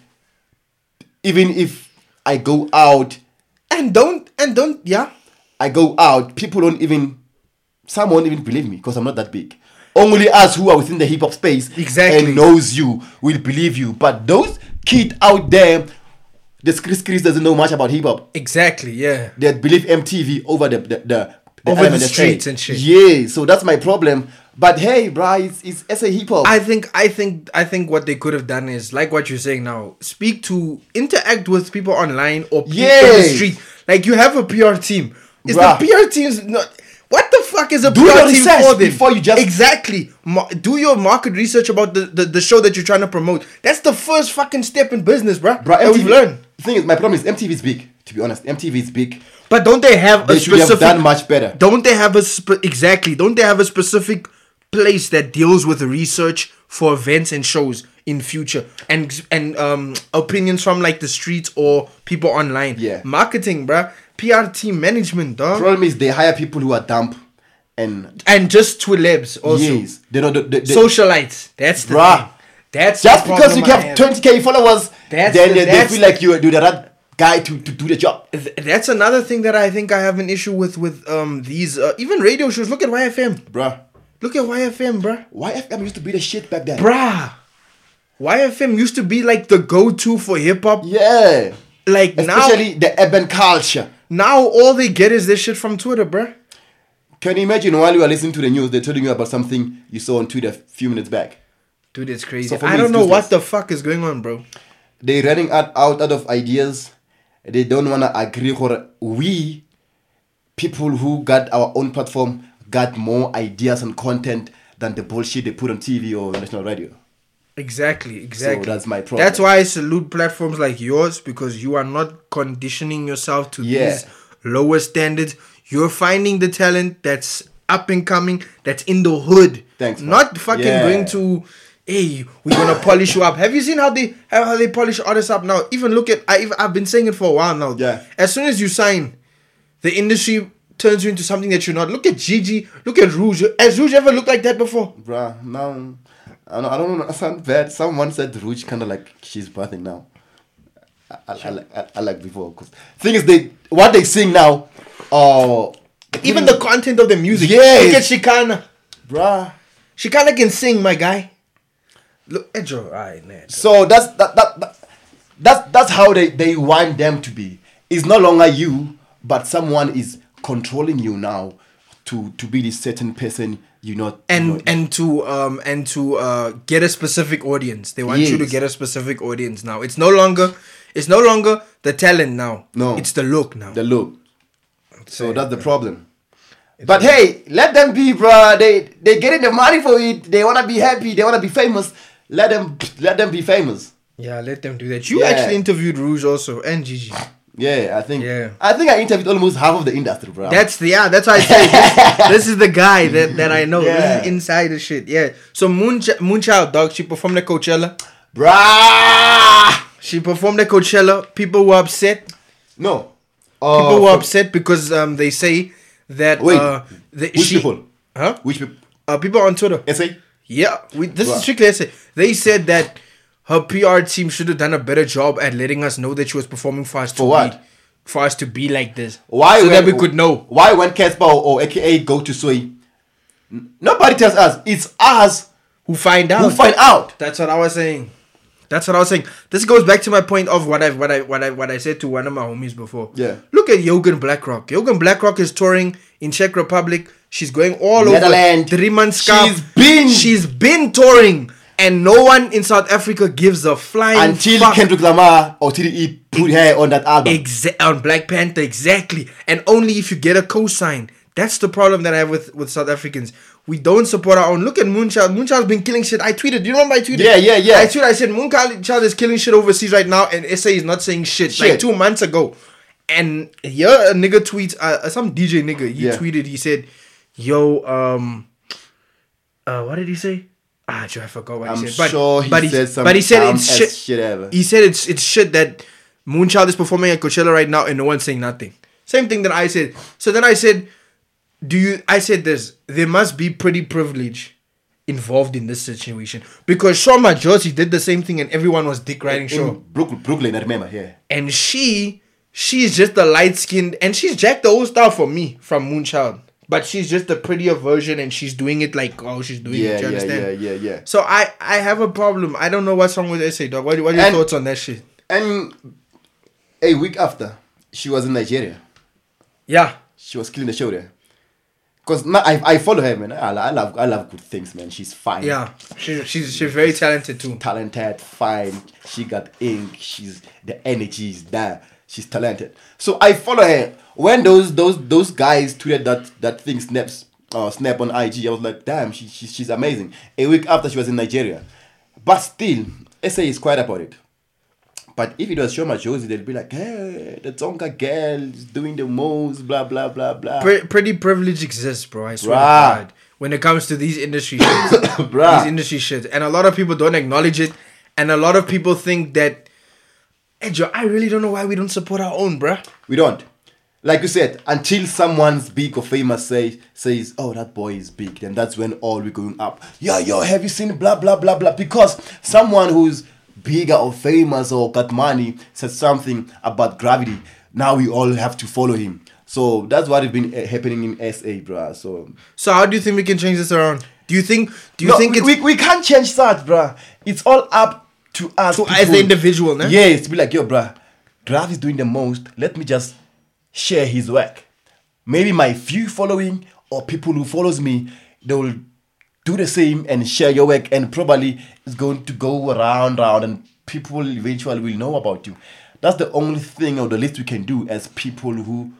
B: Even if I go out,
C: And don't and don't yeah.
B: I go out. People don't even some won't even believe me because I'm not that big. Only us who are within the hip hop space
C: Exactly.
B: and knows you will believe you. But those kid out there, the Chris Chris doesn't know much about hip hop.
C: Exactly, yeah.
B: They believe MTV over the the, the, the
C: Over the
B: element of
C: streets
B: trade.
C: and shit.
B: Yeah, so that's my problem. But hey, bruh, it's, it's SA hip hop.
C: I think I think I think what they could have done is like what you're saying now. Speak to interact with people online or people in the
B: Yes.
C: street. Like you have a PR team. Is
B: Bruh.
C: the PR team's not what the fuck is a
B: Do
C: PR
B: your
C: team
B: research
C: for then?
B: before you just-
C: exactly Mar- do your market research about the, the, the show that you're trying to promote. That's the first fucking step in business, bruh.
B: Bruh,
C: that we've learned.
B: The thing is, my problem is MTV is big. To be honest, MTV is big.
C: But don't they have
B: They
C: a
B: should have
C: specific?
B: done much better.
C: Don't they have a sp- exactly? Don't they have a specific place that deals with research for events and shows in future and and um opinions from like the streets or people online?
B: Yeah.
C: marketing, bruh. PR team management, dog,
B: Problem is, they hire people who are dumb and
C: and just twilebs also
B: yes, they don't. They, they,
C: socialites. That's the
B: Bruh.
C: thing. That's the
B: just because you
C: problem I
B: have 20k followers,
C: That's
B: then
C: the-
B: they, they
C: that's
B: feel like you're, you're the right guy to, to do the job.
C: Th- That's another thing that I think I have an issue with with um these uh, even radio shows. Look at YFM.
B: Bruh.
C: Look at YFM, bruh.
B: Why FM used to be the shit back then?
C: bruh. YFM used to be like the go-to for hip hop.
B: Yeah.
C: Like
B: Especially the urban culture.
C: now, now all they get is this shit from Twitter, bruh.
B: Can you imagine while you are listening to the news, they're telling you about something you saw on Twitter a few minutes back?
C: Dude, it's crazy.
B: So for
C: I
B: me,
C: don't
B: it's
C: know what
B: useless.
C: the fuck is going on, bro.
B: They're running out, out, out of ideas. They don't want to agree. Or we, people who got our own platform, got more ideas and content than the bullshit they put on TV or national radio.
C: Exactly, exactly.
B: that's my problem.
C: That's why I salute platforms like yours because you are not conditioning yourself to
B: Yeah.
C: these lower standards. You're finding the talent that's up and coming, that's in the hood.
B: Thanks, man.
C: Not fucking
B: Yeah.
C: going to. Hey, we're gonna polish you up. Have you seen how they how how they polish artists up now? Even look at I've I've been saying it for a while now.
B: Yeah.
C: As soon as you sign, the industry turns you into something that you're not. Look at Gigi. Look at Rouge. Has Rouge ever looked like that before?
B: Bruh, now I don't, I don't know. I sound bad. Someone said Rouge kind of like she's birthing now. I, I, I, like- I, I like before. Cause thing is, they what they sing now, oh,
C: Even the content of the music.
B: Yes.
C: Look at Shikana.
B: bruh.
C: Shikana can sing, my guy. Look, Edro, alright, man.
B: So that's that, that, that that's that's how they they want them to be. It's no longer you, but someone is controlling you now to to be this certain person. You not
C: And
B: you not-
C: and to um and to uh get a specific audience. They want you to
B: Yes.
C: get a specific audience now. It's no longer it's no longer the talent now.
B: No.
C: It's the look now.
B: the look. So that's the problem. But hey, let them be, bruh. They they getting the money for it. They wanna be happy. They wanna be famous. Let them let them be famous.
C: yeah, let them do that. You
B: Yeah. Um.
C: actually interviewed Rouge also and Gigi.
B: Yeah, I think.
C: Yeah.
B: I think I interviewed almost half of the industry, bro.
C: That's the yeah. That's why I say
B: *laughs*
C: this, this is the guy that, that I know. This is
B: Yeah.
C: insider shit. Yeah. So Moon Moonchild dog. She performed at Coachella.
B: Bruh!
C: She performed at Coachella. People were upset.
B: No.
C: People
B: Uh,
C: were
B: from-
C: upset because um they say that
B: Wait,
C: uh, the,
B: which
C: she,
B: people?
C: Huh?
B: Which people?
C: Uh, people on Twitter.
B: SA?
C: Yeah, we, this is
B: Right.
C: strictly essay. They said that her PR team should have done a better job at letting us know that she was performing for us to
B: For what?
C: be for us to be like this.
B: Why?
C: So that we
B: when-
C: could know.
B: Why when Casper or, or AKA go to Soy? n- Nobody tells us. It's us
C: Who find out?
B: who find out.
C: That's what I was saying. That's what I was saying. This goes back to my point of what I what I what I what I said to one of my homies before.
B: Yeah.
C: Look at Jogan Blackrock. Jogan Blackrock is touring in Czech Republic. She's going all
B: Netherlands.
C: over three months.
B: She's been-
C: she's been touring, and no one in South Africa gives a flying
B: Until
C: fuck.
B: Kendrick Lamar or TDE put her on that album.
C: Exa- on Black Panther, exactly. And only if you get a cosign. That's the problem that I have with, with South Africans. We don't support our own. Look at Moonchild. Moonchild's been killing shit. I tweeted. You remember I tweeted?
B: Yeah, yeah, yeah.
C: I tweeted. I said Moonchild is killing shit overseas right now, and SA is not saying shit. Like
B: Shit.
C: two months ago, and here a nigga tweets. Uh, uh, some DJ nigga. He
B: Yeah.
C: tweeted. He said, "Yo, um, uh, what did he say? Ah, Joe, I forgot what
B: I'm
C: he said. But,
B: sure he
C: but he
B: said some
C: But he said
B: dumb
C: it's
B: ass
C: shit.
B: shit ever.
C: He said it's it's shit that Moonchild is performing at Coachella right now and no one's saying nothing. Same thing that I said. So then I said, do you? I said this. There must be pretty privilege involved in this situation because Shoma Josie did the same thing and everyone was dick riding
B: In
C: Shaw.
B: Brooklyn, Brooklyn, I remember. Yeah.
C: And she, she's just the light skinned and she's Jack the old star for me from Moonchild. But she's just the prettier version and she's doing it like oh she's doing
B: Yeah,
C: it. Do you
B: yeah,
C: understand?
B: yeah, yeah, yeah.
C: So I I have a problem. I don't know what's wrong with SA dog. What, what are your
B: And-
C: thoughts on that shit?
B: And a week after, she was in Nigeria.
C: Yeah.
B: She was killing the show there. Cause now I, I follow her, man. I, I love I love good things, man. She's fine.
C: Yeah, she, she's she's very talented too.
B: talented, fine. She got ink. She's the energy is there. She's talented. So I follow her. When those those those guys tweeted that that thing snaps uh, snap on IG, I was like, damn, she, she she's amazing. A week after she was in Nigeria, but still, SA is quiet about it. But if it was Shoma Josie, they'd be like, hey, the Tonka girl is doing the most, blah blah blah blah.
C: Pre- pretty privilege exists, bro. I swear
B: Bruh.
C: to God. When it comes to these industry
B: *coughs*
C: shits,
B: *laughs* Bruh.
C: these industry shits, and a lot of people don't acknowledge it, and a lot of people think that. Edjo, I really don't know why we don't support our own, bruh.
B: We don't. Like you said, until someone's big or famous say, says, oh, that boy is big, then that's when all we're going up. Yeah, yo, have you seen blah, blah, blah, blah? Because someone who's bigger or famous or got money says something about gravity. Now we all have to follow him. So that's what has been uh, happening in SA, bruh. So
C: So how do you think we can change this around? Do you think? Do you
B: No,
C: think
B: we,
C: it's
B: we, we can't change that, bruh. It's all up to us.
C: To us, the
B: people.
C: individual, nah?
B: Yes, to be like, yo, bruh, Grav is doing the most. Let me just share his work. Maybe my few following or people who follows me, they will do the same and share your work and probably it's going to go around, round and people eventually will know about you. That's the only thing or the least we can do as people who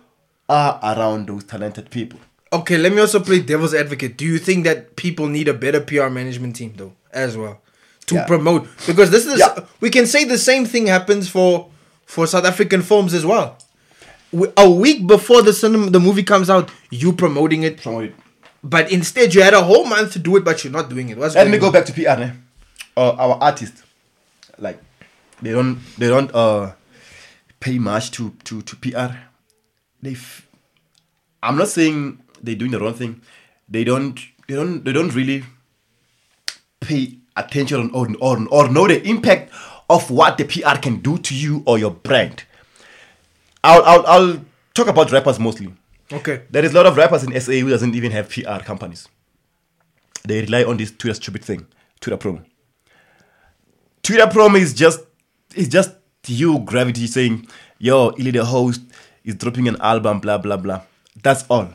B: are around those talented people.
C: okay? Let me also play devil's advocate. Do you think that people need a better PR management team though, as well, to
B: Yeah.
C: promote? Because this is
B: Yeah.
C: we can say the same thing happens for for South African films as well. W- A week before the cinema, the movie comes out, you promoting it,
B: Promote it.
C: but instead you had a whole month to do it, but you're not doing it. What's
B: Let
C: going
B: me go
C: on?
B: back to PR. Eh? Uh, our artists, like, they don't they don't uh pay much to to to PR. They, f- I'm not saying they're doing the wrong thing. They don't they don't they don't really pay attention or or or know the impact of what the PR can do to you or your brand. I'll I'll, I'll talk about rappers mostly.
C: Okay.
B: There is a lot of rappers in SA who doesn't even have PR companies. They rely on this Twitter stupid thing, Twitter promo. Twitter promo is just it's just you gravity saying, "Yo, Illy the host is dropping an album, blah blah blah." That's all.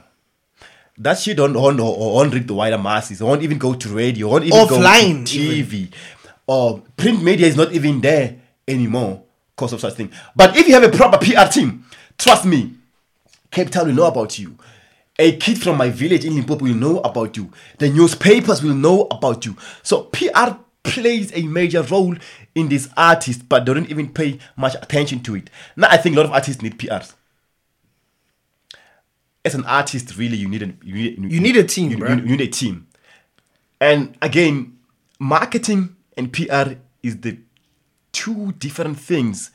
B: That shit don't won't, won't reach the wider masses. It won't even go to radio. Won't even
C: Offline,
B: go to TV. Or print media is not even there anymore because of such thing. But if you have a proper PR team, trust me, Cape Town will know about you. A kid from my village in Limpopo will know about you. The newspapers will know about you. So PR plays a major role in this artist, but they don't even pay much attention to it. Now, I think a lot of artists need PRs. As an artist, really, you need a you need,
C: You need a team,
B: you-
C: bruh.
B: you- you need a team. And again, marketing and PR is the two different things.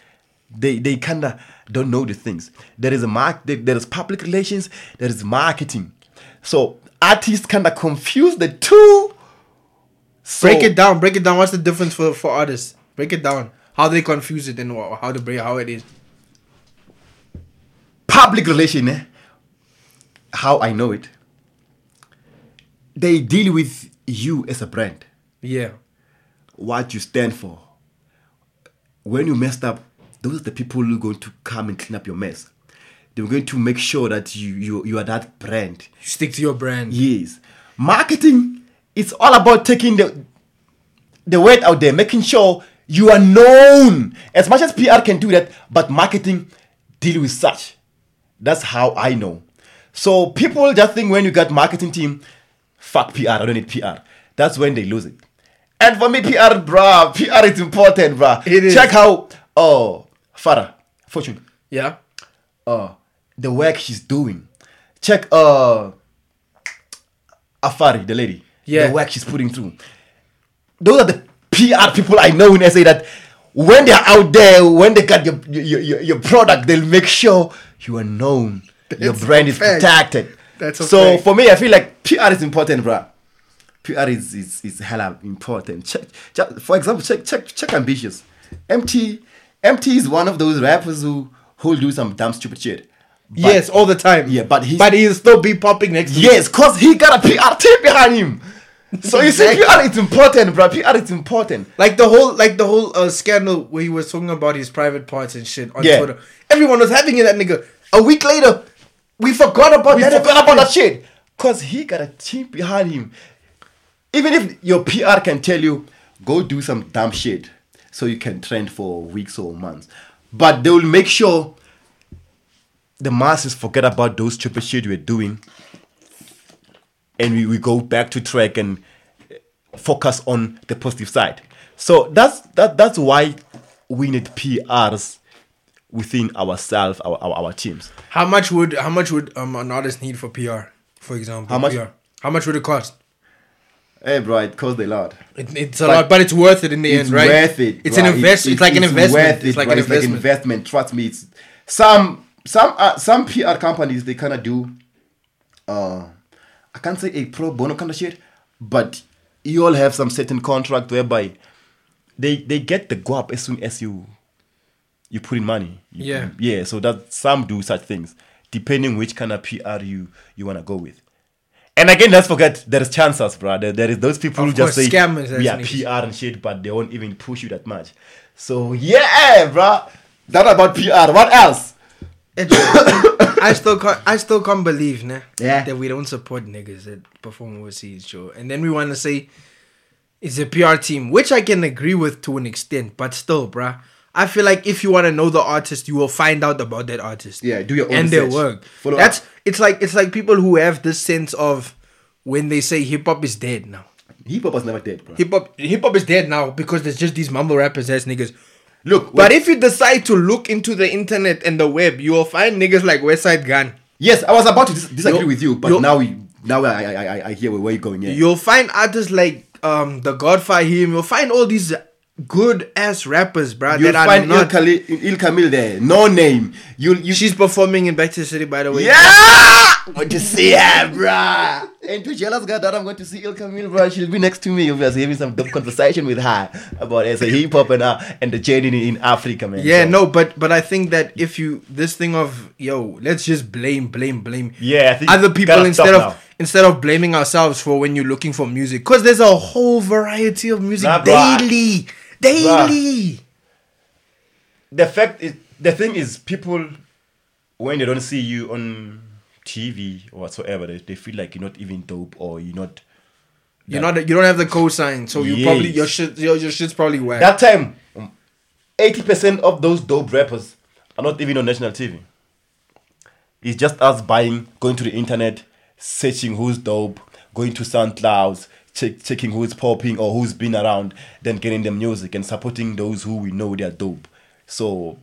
B: They they kinda don't know the things. There is a mark there- there is public relations, there is marketing. So artists kinda confuse the two. So-
C: break it down. Break it down. What's the difference for for artists? Break it down. How they confuse it and wha- how to break how it is.
B: public relation, eh? how I know it, they deal with you as a brand,
C: Yeah.
B: what you stand for. When you messed up, those are the people who are going to come and clean up your mess. They're going to make sure that you you, you are that brand.
C: You stick to your brand.
B: Yes. Marketing it's all about taking the the word out there, making sure you are known. As much as PR can do that, but marketing deal with such. That's how I know. So people just think when you got marketing team, fuck PR, I don't need PR. That's when they lose it. And for me, PR, bruh, PR is important, bruh.
C: It is.
B: Check how oh Farah, Fortune
C: Yeah.
B: uh the work she's doing. Check uh Afari, the lady.
C: Yeah.
B: The work she's putting through. Those are the PR people I know in SA that when they're out there, when they got your your, your, your product, they'll make sure you are known. your
C: That's
B: brand
C: a
B: is
C: fact.
B: protected.
C: That's a
B: so
C: fact.
B: for me, I feel like PR is important, bruh. PR is, is, is hella important. Check, check, for example, check check check ambitious. MT MT is one of those rappers who who'll do some dumb stupid shit. But-
C: yes, all the time.
B: Yeah, but he's-
C: but he'll still be popping next. week.
B: Yes, cause he got a PR team behind him. So you see,
C: Exactly.
B: PR is important, bruh. PR is important.
C: Like the whole like the whole uh, scandal where he was talking about his private parts and shit on
B: Yeah.
C: Twitter. Everyone was having it. That nigga.
B: A week later,
C: We forgot about
B: we
C: that.
B: forgot about that shit. Cause he got a team behind him. Even if your PR can tell you, go do some dumb shit, so you can trend for weeks or months, but they will make sure the masses forget about those stupid shit we're doing, and we, we go back to track and uh, focus on the positive side. So that's that that's why we need PRs within ourselves, our, our our teams.
C: How much would how much would um, an artist need for PR? For example,
B: How much-
C: PR? How much would it cost?
B: Hey, bro, it costs a lot.
C: It, it's a lot, but it's worth it in the
B: it's
C: end, right?
B: worth it.
C: It's
B: bruh.
C: an investment. It's, like an investment.
B: worth it,
C: it's like
B: bruh.
C: an
B: It's like
C: investment.
B: investment. Trust me. It's some some uh, some PR companies they kind of do. Uh, I can't say a pro bono kind of shit, but you all have some certain contract whereby they they get the go up as soon as you you put in money. You-
C: Yeah.
B: yeah. So that some do such things depending which kind of PR you you wanna go with. And again, let's forget there is chances, bro. There, there is those people
C: Of
B: who just
C: course,
B: say
C: scammers,
B: we are
C: that's
B: PR and shit, but they won't even push you that much. So yeah, bro. That about PR. What else?
C: It's- I still can't. I still can't believe, nah,
B: Yeah.
C: that we don't support niggas that perform overseas, Joe. And then we want to say it's a PR team, which I can agree with to an extent, but still, bruh. I feel like if you want to know the artist, you will find out about that artist.
B: Yeah, do your own
C: and their
B: research.
C: work.
B: Follow
C: That's
B: up.
C: it's like it's like people who have this sense of when they say hip hop is dead now.
B: Hip hop was never dead, bro.
C: Hip hop hip hop is dead now because there's just these mumble rappers ass niggas.
B: Look,
C: But
B: wait.
C: if you decide to look into the internet and the web, you will find niggas like Westside Gun.
B: yes, I was about to dis- disagree
C: Yo-
B: with you, but
C: yo-
B: now we now I I, I- I I hear where you're going. Yeah,
C: You'll find artists like um The Godfather him. You'll find all these good ass rappers, bruh.
B: you'll
C: that
B: find
C: are
B: Il,
C: not.
B: Kali- Il Camille there. No name. You you.
C: She's performing in Back to the City, by the way.
B: Yeah! Good to see her, bruh. And to jealous guy that I'm going to see Il Camille, bruh. She'll be next to me. We'll be having some dope conversation with her about as a hip hop and uh, and the journey in, in Africa, man.
C: Yeah,
B: So-
C: no, but but I think that if you this thing of yo, let's just blame, blame, blame.
B: Yeah, I think
C: other
B: you gotta
C: people
B: stop
C: instead of
B: now.
C: instead of blaming ourselves for when you're looking for music, because there's a whole variety of music
B: Nah, bruh.
C: daily, daily.
B: The fact is, the thing is, people when they don't see you on TV or whatsoever, they, they feel like you're not even dope or you're not.
C: You're not you don't have the cosign, so you
B: Yes.
C: probably your shit your, your shit's probably whack.
B: That time, eighty percent of those dope rappers are not even on national TV. It's just us buying, going to the internet, searching who's dope, going to SoundCloud, check, checking who's popping or who's been around, then getting the music and supporting those who we know they're dope. So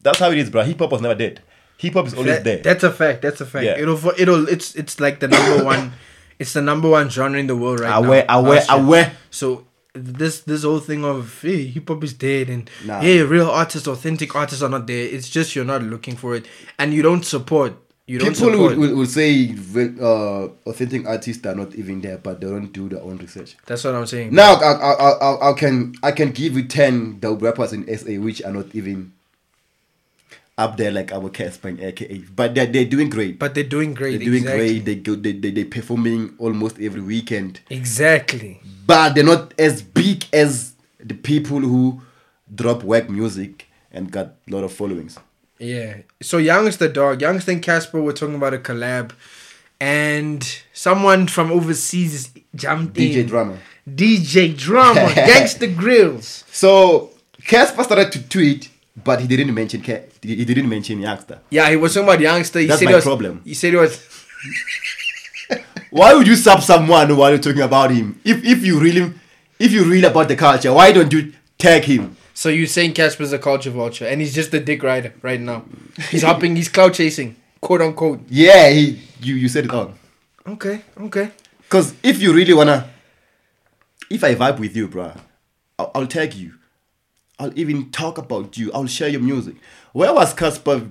B: that's how it is, bro. Hip hop was never dead. Hip hop is always
C: That-
B: there.
C: That's a fact. That's a fact.
B: Yeah.
C: It'll for it'll it's it's like the *coughs* number one. It's the number one genre in the world right
B: Aware,
C: now.
B: aware,
C: House shit.
B: aware.
C: So this this whole thing of hey hip hop is dead and
B: Nah.
C: hey real artists, authentic artists are not there. It's just you're not looking for it and you don't support. You don't
B: People
C: support.
B: would, would, would say ve- uh, authentic artists are not even there, but they don't do their own research.
C: That's what I'm saying.
B: Now I, I, I, I- I can I can give you ten dope rappers in SA which are not even up there like our Casper and AKA, but they they're doing great.
C: But they're doing great.
B: they're doing
C: exactly.
B: great. They go they they they performing almost every weekend,
C: Exactly.
B: but they're not as big as the people who drop work music and got a lot of followings.
C: Yeah. So Youngster Dog, Youngster and Casper were talking about a collab and someone from overseas jumped
B: DJ
C: in.
B: Drama. *laughs*
C: DJ Drama, Gangsta Grills.
B: So Casper started to tweet, but he didn't mention Ca- he didn't mention Youngster.
C: Yeah, he was talking about Youngster. He
B: That's
C: said
B: my
C: he was,
B: problem.
C: He said he was.
B: Why would you sub someone while you're talking about him? If if you really if you really about the culture, why don't you tag him?
C: So you're saying Casper's a culture vulture and he's just a dick rider right now. He's hopping, he's cloud chasing, quote unquote.
B: Yeah, he you, you said it all.
C: Okay, okay.
B: Cause if you really wanna if I vibe with you, bruh, I'll, I'll tag you. I'll even talk about you. I'll share your music. Where was Casper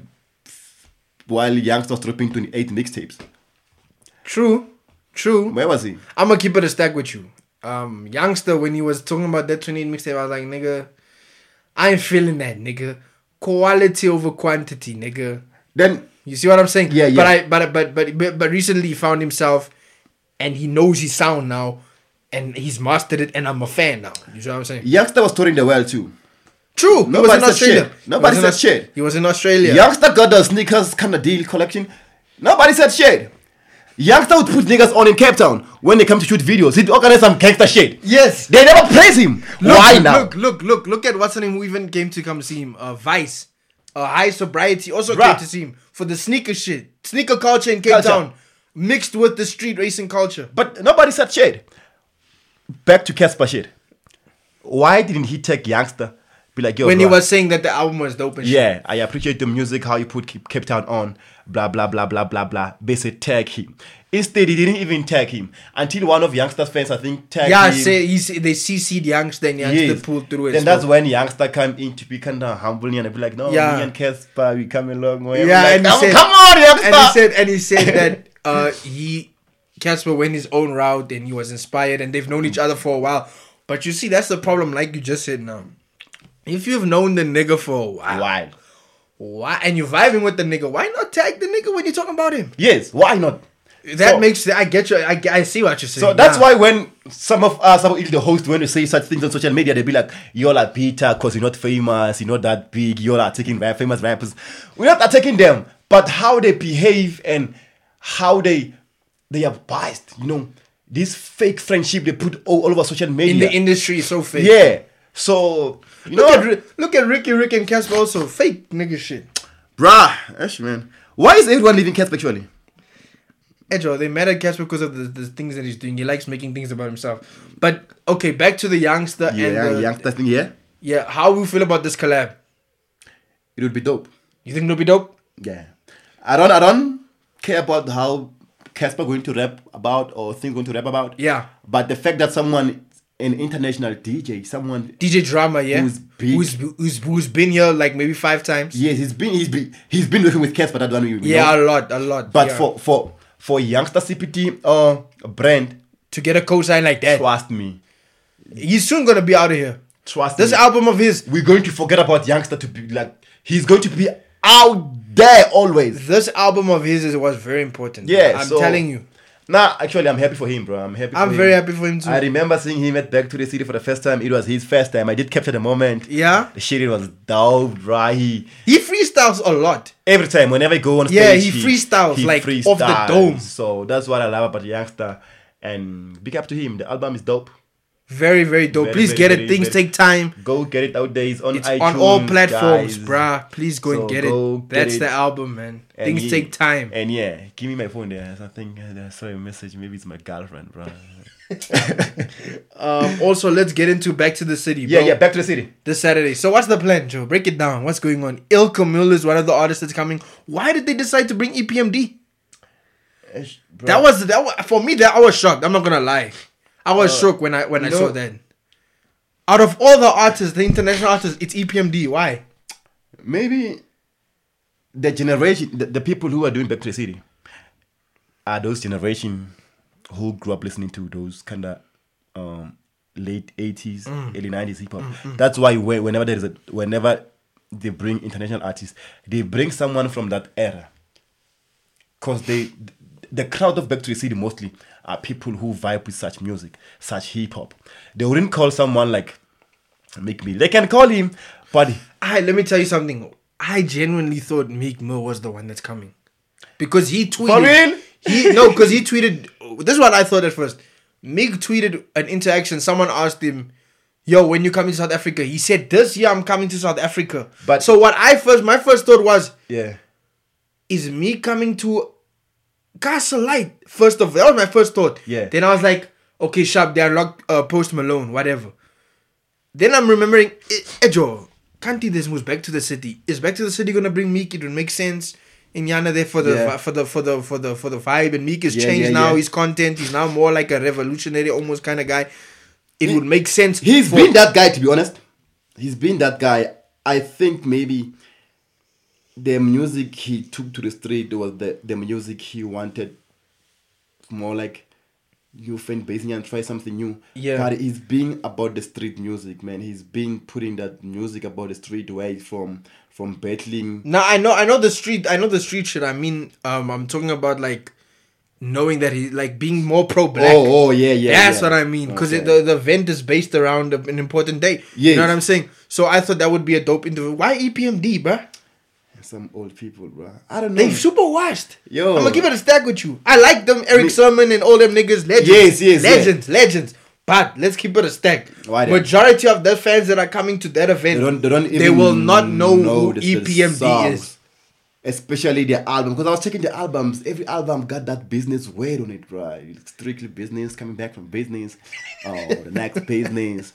B: while Youngster was dropping 28 mixtapes?
C: True, true.
B: Where was he?
C: I'm gonna keep it a stack with you. Um, youngster, when he was talking about that 28 mixtape, I was like, nigga, I ain't feeling that, nigga. Quality over quantity, nigga.
B: Then
C: You see what I'm saying?
B: Yeah, yeah.
C: But I, but but but but, but recently he found himself, and he knows his sound now, and he's mastered it, and I'm a fan now. You see what I'm saying?
B: Youngster was touring the world too.
C: True. he
B: Nobody
C: was in
B: said
C: Australia.
B: shit. Nobody
C: he was in
B: said
C: Aus-
B: shit.
C: He was in Australia.
B: Youngster got the sneakers kind of deal collection. Nobody said shit. Youngster would put niggas on in Cape Town when they come to shoot videos. He'd organize some gangster shit.
C: Yes.
B: They never praise him.
C: Look,
B: Why now?
C: Look, look, look, look at what's her name who even came to come see him. Uh, Vice, uh, High Sobriety also
B: Bruh.
C: came to see him for the sneaker shit, sneaker culture in Cape
B: Culture.
C: Town, mixed with the street racing culture.
B: But nobody said shit. Back to Casper shit. Why didn't he take Youngster? Be like, yo,
C: when he
B: bruh,
C: was saying that the album was dope and shit.
B: Yeah, I appreciate the music, how you put Cape Cape Town on, blah, blah, blah, blah, blah, blah. Basically, tag him. Instead, he didn't even tag him until one of Youngster's fans, I think, tagged
C: Yeah,
B: him.
C: say he's, they CC'd Youngster and Youngster
B: Yes.
C: pulled through it.
B: Then that's when youngster come in to be kind of humbling and be like, no,
C: Yeah.
B: me and Casper, we come a long way.
C: Yeah,
B: I'm like,
C: and he
B: "Come-
C: said-
B: come on, youngster.
C: and he said and he said that uh he Casper went his own route and he was inspired and they've known each other for a while. But you see, that's the problem, like you just said now. If you've known the nigga for a while,
B: why?
C: why and you're vibing with the nigga, why not tag the nigga when you're talking about him?
B: Yes, why not?
C: That
B: So-
C: makes I get you. I, I see what you're saying.
B: So that's
C: Nah.
B: why when some of us, some of the hosts, when they say such things on social media, they be like, "Y'all are bitter because you're not famous, you're not that big. Y'all are taking rap, famous rappers. We're not attacking them, but how they behave and how they they are biased. You know, this fake friendship they put all, all over social
C: in
B: media.
C: the industry is so fake.
B: yeah. So you
C: Look,
B: know,
C: at, Ri- look at Ricky, Rick, and Casper also fake nigga shit.
B: Bruh, Ash man. Why is everyone leaving Casper actually?
C: Edro, they mad at Casper because of the, the things that he's doing. He likes making things about himself. But okay, back to the youngster
B: Yeah,
C: and the,
B: youngster thing, yeah.
C: Yeah, how we feel about this collab?
B: It would be dope.
C: You think it'll be dope?
B: Yeah. I don't I don't care about how Casper going to rap about or things going to rap about.
C: Yeah.
B: But the fact that someone an international DJ, someone
C: DJ Drama, yeah,
B: Who's big.
C: who's who's who's been here like maybe five times.
B: yes, he's been he's been he's been working with Casper, that one we, we
C: Yeah,
B: know.
C: a lot, a lot.
B: But
C: yeah.
B: for for for youngster CPT uh brand,
C: to get a cosign like that,
B: trust me.
C: he's soon gonna be out of here.
B: Trust
C: This
B: me.
C: album of his,
B: We're going to forget about youngster to be like he's going to be out there always.
C: this album of his is, was very important.
B: Yeah,
C: I'm
B: so-
C: telling you.
B: Nah, actually, I'm happy for him, bro. I'm happy.
C: I'm
B: for him.
C: very happy for him too.
B: I remember seeing him at Back to the City for the first time. It was his first time. I did capture the moment.
C: Yeah.
B: the shit it was dope, bro. He
C: He freestyles a lot.
B: every time whenever I go on stage,
C: Yeah, he freestyles, like, off the dome.
B: So that's what I love about the youngster. And big up to him. The album is dope.
C: Very, very dope.
B: Very,
C: Please
B: very,
C: get it.
B: very,
C: Things
B: very-
C: take time.
B: Go get it out there. It's on
C: It's
B: iTunes,
C: on all platforms,
B: guys.
C: bruh. Please go
B: So
C: and get
B: go
C: it.
B: get
C: That's
B: it.
C: the album, man.
B: And
C: Things
B: yeah-
C: take time. *laughs*
B: And yeah, give me my phone there. I think uh, I saw a message. Maybe it's my girlfriend, bro.
C: Um, also, let's get into Back to the City.
B: yeah,
C: bro.
B: yeah. Back to the city.
C: This Saturday. So, what's the plan, Joe? Break it down. What's going on? Il Camille is one of the artists that's coming. Why did they decide to bring E EPMD? That was that wa- for me. That I was shocked. I'm not gonna lie. I was
B: Uh,
C: shocked when I when I
D: no.
C: saw that. Out of all the artists, the international artists, it's E EPMD. Why?
B: maybe the generation the, the people who are doing back to the city are those generation who grew up listening to those kind of um late 80s early 90s hip hop that's why whe- whenever there is a whenever they bring international artists they bring someone from that era because they the crowd of back to the city mostly are people who vibe with such music such hip-hop they wouldn't call someone like make me they can call him but
C: I let me tell you something. I genuinely thought Meek Mill was the one that's coming because he tweeted.
B: real?
C: He no, because he tweeted. This is what I thought at first. Meek tweeted an interaction. Someone asked him, "Yo, when you coming to South Africa?" He said, "This year I'm coming to South Africa."
B: But-
C: so what I first, my first thought was,
B: yeah
C: is me coming to Castle Light. First of all, that was my first thought.
B: Yeah.
C: Then I was like, okay, sharp. They unlocked uh, Post Malone, whatever. Then I'm remembering, "E- Ejo, Kanti this moves back to the city. Is back to the city gonna bring Meek? It would make sense. In Yana there for the
B: Yeah.
C: for the for the for the for the vibe, and Meek has
B: Yeah,
C: changed
B: yeah,
C: now.
B: yeah.
C: His content, he's now more like a revolutionary, almost kind of guy. It would make sense.
B: He's
C: for-
B: been that guy, to be honest. He's been that guy. I think maybe the music he took to the street was the, the music he wanted more like new fan basing and try something new.
C: Yeah.
B: But he's being about the street music, man. He's been putting that music about the street away from from battling.
C: Now I know I know the street I know the street shit. I mean, um, I'm talking about like knowing that he like being more pro black.
B: Oh, oh yeah, yeah.
C: That's
B: yeah.
C: what I mean. Because
B: Okay.
C: the, the event is based around a- an important day. You
B: Yes.
C: know what I'm saying? So I thought that would be a dope interview. Why E EPMD, bruh?
B: some old people, bro. I don't know.
C: They super washed.
B: Hmm. Yo.
C: I'm gonna give it a stack with you. I like them, Eric
B: Me-
C: Sermon and all them niggas. Legends.
B: Yes, yes, yeah.
C: Legends, legends. But let's keep it a stack.
B: Why that?
C: Majority of the fans that are coming to that event,
B: They don't. They don't even.
C: will not know, who E
B: the- the
C: EPMD
B: songs,
C: is.
B: Especially the album, because I was checking the albums. Every album got that business word on it, bro. It's strictly business, coming back from business, oh, the *laughs* next business.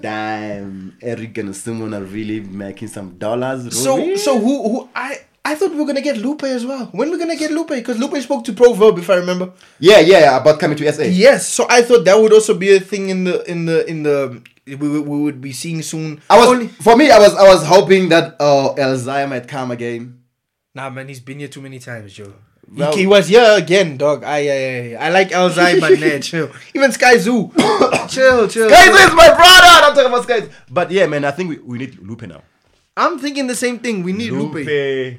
B: Damn, Eric and Simon are really making some dollars.
C: So
B: really?
C: so who who I I thought we were gonna get Lupe as well. When we gonna get Lupe? Because Lupe spoke to Proverb if I remember.
B: yeah, yeah, about coming to SA.
C: Yes. So I thought that would also be a thing in the in the in the we, we we would be seeing soon.
B: I was
C: Only-
B: for me, I was I was hoping that uh, Elzai might come again.
C: nah man. He's been here too many times, Joe.
B: Well-
C: he, he was here again, dog. I I, I, I like Elzai, *laughs* but nah, chill. Even Sky Zoo, *coughs* chill, chill.
B: Guys,
C: chill.
B: this is my brother. I'm talking about guys. But yeah, man, I think we, we need Lupe now.
C: I'm thinking the same thing. We need Lupe.
B: Lupe.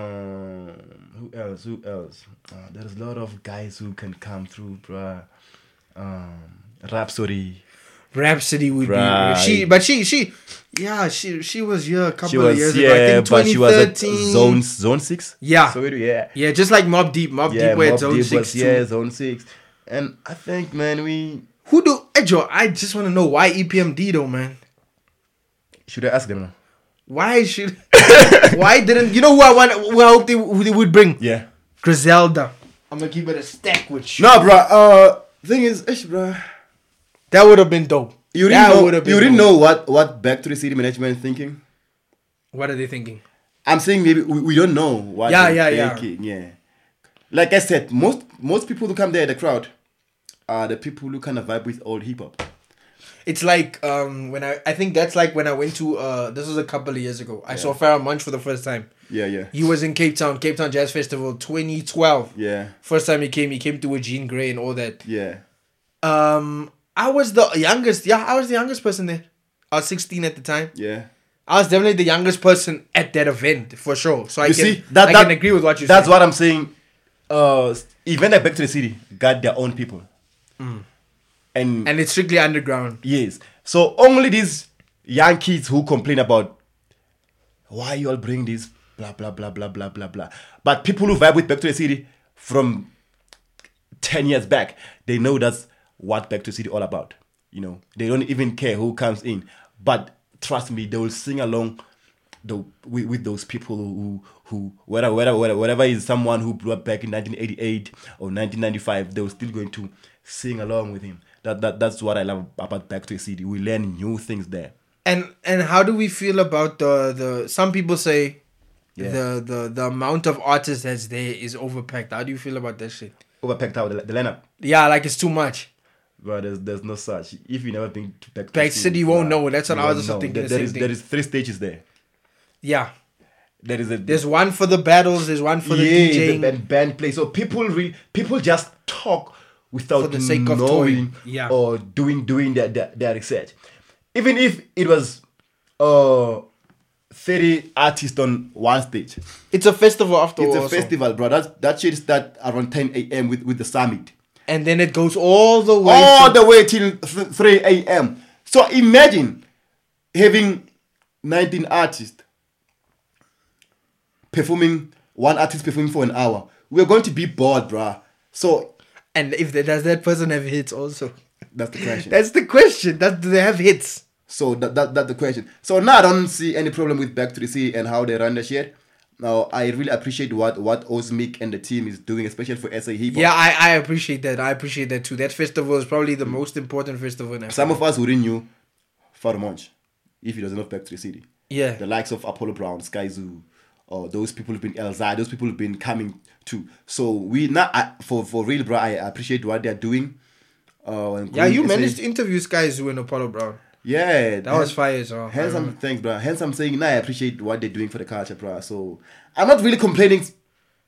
B: Um, who else? Who else? Uh, there's a lot of guys who can come through, bruh. Um, Rhapsody.
C: Rhapsody would
B: Right.
C: be she, but she she, yeah, she she was here a couple
B: She
C: of years
B: was
C: ago. I
B: yeah,
C: think
B: but she was at
C: 2013.
B: zone zone six.
C: Yeah.
B: So we do yeah.
C: Yeah, just like Mob Deep. Mob
B: Yeah,
C: Deep were at
B: Mobb
C: zone
B: Deep
C: six
B: was,
C: too.
B: yeah, zone six. And I think man, we
C: Who do Ejo? I just want to know why E EPMD though, man.
B: should I ask them now?
C: Why
B: *laughs*
C: should? why didn't you know who I want? Who I hope they, who they would bring?
B: Yeah.
C: Griselda. I'm gonna keep it a stack with you.
B: No, bruh. Uh, thing is, ish, bruh.
C: That would have been dope.
B: You didn't
C: That
B: know.
C: would've been
B: You didn't
C: dope.
B: know what what back to the city management is thinking.
C: What are they thinking?
B: I'm saying maybe we, we don't know what
C: Yeah,
B: they're
C: yeah, yeah.
B: thinking. Yeah. Like I said, most most people who come there, the crowd, are the people who kind of vibe with old hip hop.
C: It's like um when I I think that's like when I went to uh this was a couple of years ago. I saw Farrah Munch for the first time.
B: Yeah, yeah,
C: He was in Cape Town, Cape Town Jazz Festival 2012.
B: yeah,
C: First time he came, he came to with Jean Grey and all that.
B: yeah.
C: Um, I was the youngest. Yeah, I was the youngest person there. I was 16 at the time.
B: Yeah.
C: I was definitely the youngest person at that event for sure. So I
B: you
C: can
B: see, that,
C: I
B: that-
C: can agree with what you
B: That's
C: said.
B: what I'm saying. Uh, even like Back to the City got their own people,
C: Mm.
B: and
C: and it's strictly underground.
B: Yes. So only these young kids who complain about why you all bring this blah blah blah blah blah blah blah. But people who vibe with Back to the City from ten years back, they know that's what Back to the City all about. You know, they don't even care who comes in. But trust me, they will sing along the, with, with those people who who whether whether whether whatever is someone who grew up back in 1988 or 1995, they were still going to sing along with him. That that that's what I love about Back to the City. We learn new things there.
C: And and how do we feel about the the? Some people say.
B: Yeah.
C: The, the the amount of artists that's there is overpacked. How do you feel about that shit?
B: Overpacked out the, the lineup,
C: Yeah, like it's too much.
B: but there's there's no such. If you never been to Back to
C: Back City, you won't
B: yeah,
C: know. That's what
B: you
C: I was
B: won't
C: also
B: know.
C: thinking
B: There-
C: the
B: there
C: same
B: is
C: thing.
B: there is three stages there.
C: Yeah,
B: There is a
C: there's one for the battles. There's one for the
B: yeah,
C: DJing.
B: the band, band play. So people really people just talk without
C: For the sake of
B: knowing
C: toying. Yeah.
B: or doing doing their, their their research. Even if it was uh thirty artists on one stage,
C: It's a festival after
B: it's
C: all.
B: a
C: also.
B: festival, bro. That that shit start around ten a.m. with with the summit,
C: And then it goes all the way.
B: all
C: to-
B: the way till th- three a.m. So imagine having nineteen artists performing one artist performing for an hour. We're going to be bored, bruh. So
C: and if they, does that person have hits also?
B: That's the question.
C: That's the question. That do they have hits?
B: so that, that that's the question. So now I don't see any problem with Back to the Sea and how they run the shit. Now I really appreciate what what Ozmik and the team is doing, especially for SA hip hop.
C: Yeah, I, I appreciate that. I appreciate that too. That festival is probably the most important festival in Africa.
B: Some of us wouldn't knew Farumonch if he doesn't know Back to the City.
C: Yeah.
B: The likes of Apollo Brown, Sky Zoo, or those people who've been Elzai, those people who've been coming too. So we now I, for for real, bro. I appreciate what they're doing. Uh, and
C: yeah,
B: growing
C: you
B: SA.
C: managed to interview Sky Zoo and Apollo Brown.
B: Yeah,
C: That was fire as well. I
B: Hence, I'm
C: remember.
B: thanks, bro. Hence, I'm saying, nah, I appreciate what they're doing for the culture, bro. So I'm not really complaining,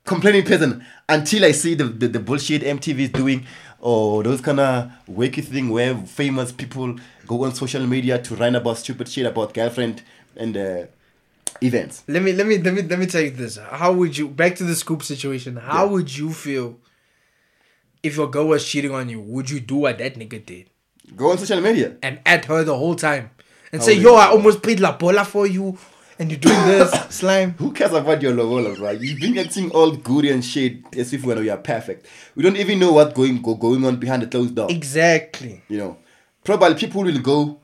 B: complaining person until I see the, the, the bullshit MTV is doing or those kind of wacky thing where famous people go on social media to rant about stupid shit about girlfriend and uh, events.
C: Let me let me let me let me tell you this. How would you back to the scoop situation? How would you feel if your girl was cheating on you? Would you do what that nigga did?
B: Go on social media.
C: and at her the whole time and
B: How
C: say,
B: would
C: "Yo,
B: you-
C: I almost paid La Bola for you, and you're doing
B: *coughs*
C: this slime."
B: Who cares about your lobola, right? You've been acting all good and shit as if when we are perfect. We don't even know what going go, going on behind the closed door.
C: Exactly.
B: you know probably people will go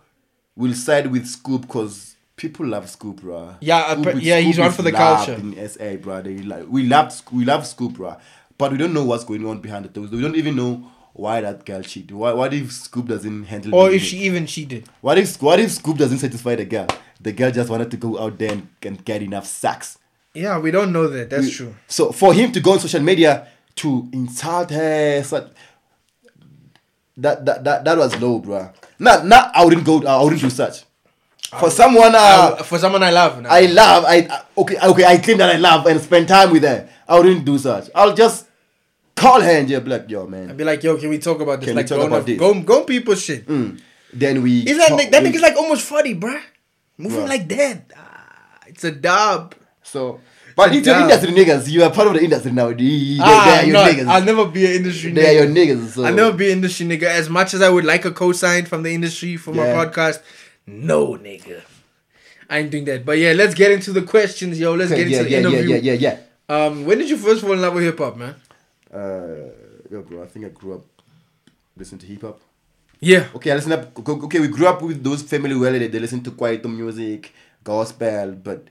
B: will side with scoop because people love scoop bruh
C: Yeah, uh,
B: Scoop
C: but-
B: is-
C: yeah, he's
B: Scoop
C: one
B: is
C: for the
B: loved
C: culture.
B: in sa bruh they like we love Sc- we love scoop bruh but we don't know what's going on behind the doors we don't even know why that girl cheated why, what if scoop doesn't handle
C: Or
B: the
C: if
B: image?
C: she even cheated.
B: what if what if scoop doesn't satisfy the girl the girl just wanted to go out there and, and get enough sex
C: Yeah, we don't know that. That's
B: we-
C: true.
B: So for him to go on social media to insult her, such, that, that that that was low, bruh. Nah, nah, I wouldn't go. I wouldn't do such. For someone uh,
C: I- for someone I love, now.
B: I, love, I I- okay, okay, I claim that I love and spend time with her. I wouldn't do such. I'll just call her and just be like, yo,
C: I'd
B: man.
C: be like, "Yo, can we talk about this?
B: Can we
C: like,
B: talk
C: grown
B: about
C: up-
B: this?
C: grown- grown people shit."
B: Then we.
C: Is that
B: talk-
C: nigga- that
B: we-
C: nigga's like almost forty, bruh? Moving
B: Bruh.
C: like that. Ah, it's a dub.
B: so? But it's your
C: Yeah.
B: industry niggas. You are part of the industry now. They, they, they are
C: I'm
B: your
C: Ah, not.
B: niggas.
C: I'll never be an industry
B: they are
C: nigga.
B: your niggas. So.
C: I'll never be an industry nigga. As much as I would like a co-sign from the industry for my
B: Yeah.
C: podcast, no nigga. I ain't doing that. But yeah, let's get into the questions, yo. Let's
B: Okay,
C: get into
B: yeah,
C: the
B: yeah, yeah,
C: interview.
B: yeah, yeah, yeah.
C: Um, when did you first fall in love with hip hop, man?
B: uh, yo, bro, I think I grew up listening to hip hop.
C: Yeah.
B: Okay, I listen up. go- go- Okay, we grew up with those family where they, they listen to quiet music, gospel. But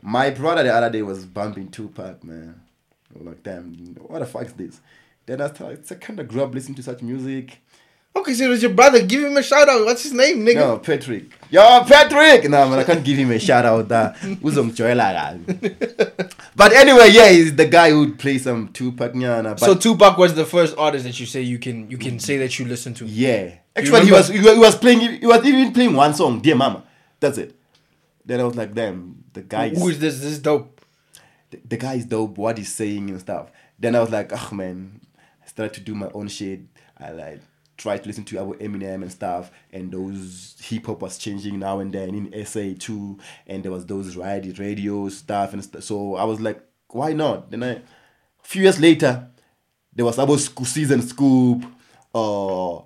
B: my brother the other day was bumping Tupac, man. I'm like, damn, what the fuck is this? Then I started, I kind of grew up listening to such music.
C: Okay, so it was your brother. Give him a shout out. What's his name, nigga?
B: No, Patrick. Yo, Patrick! No, man, I can't give him a shout out. Uh, but anyway, yeah, he's the guy who would play some Tupac Nyana. But
C: so Tupac was the first artist that you say you can you can say that you listen to.
B: Yeah.
C: You
B: Actually, he
C: remember-
B: was, he was he was playing he was even playing one song, Dear Mama. That's it. Then I was like, damn, the guy is,
C: Who is this? This is dope.
B: the, the guy is dope. What he's saying and stuff. Then I was like, oh man, I started to do my own shit. I like tried to listen to our Eminem and stuff, and those hip hop was changing now and then in SA too, and there was those radio radio stuff and st- so I was like, why not? Then I, a few years later, there was about school season scoop, uh,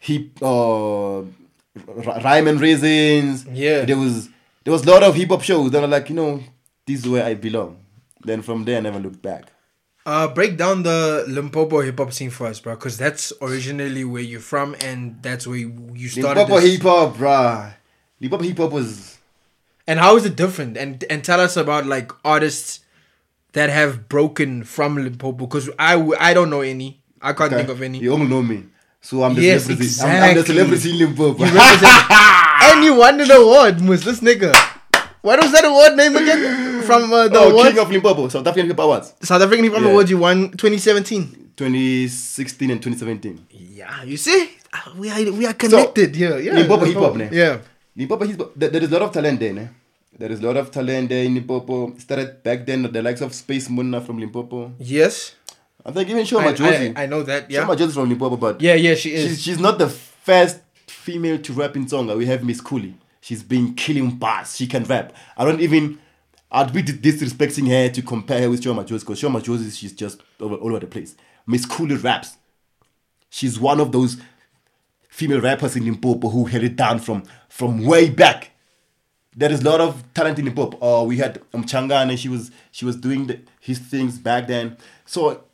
B: hip uh, r- r- rhyme and raisins.
C: Yeah.
B: there was there was a lot of hip hop shows that were like you know this is where I belong. Then from there I never looked back.
C: Uh, break down the Limpopo hip hop scene for us, bro, because that's originally where you're from, and that's where you you started.
B: Limpopo
C: this.
B: hip hop, bruh. Limpopo hip hop was
C: And how is it different? And and tell us about like artists that have broken from Limpopo because I w- I don't know any. I can't
B: Okay.
C: think of any.
B: You all know me. So I'm the
C: Yes,
B: celebrity. I'm, I'm the
C: exactly.
B: celebrity in Limpopo. *laughs*
D: *laughs* And you won an award, Moose. This nigga. What was that award name again? From uh, the
B: oh,
D: award?
B: King of Limpopo, South African Hip Hop Awards.
D: South African Hip Hop
B: Yeah.
D: Awards you won 2017.
B: 2016 and 2017.
D: Yeah, you see? Uh, We are, we are connected here. Yeah,
B: Limpopo hip hop, ne?
D: Yeah.
B: Limpopo, hip hop- there there is a lot of talent there, ne? There is a lot of talent there in Limpopo. Started back then, the likes of Space Munna from Limpopo.
C: Yes.
B: I think even Shoma
C: I- I-
B: Josie.
C: I know that, yeah.
B: Shoma Josie from Limpopo, but
C: Yeah, yeah, she is.
B: she's, she's not the first female to rap in Tonga. We have Miss Cooley. She's been killing bars. She can rap. I don't even. I'd be disrespecting her to compare her with Shoma Josie because Shoma Josie, she's just over, all over the place. Miss Cooley raps. She's one of those female rappers in Limpopo who held it down from from way back. There is a lot of talent in Limpopo. Uh, we had Mchangane. She was she was doing the, his things back then. So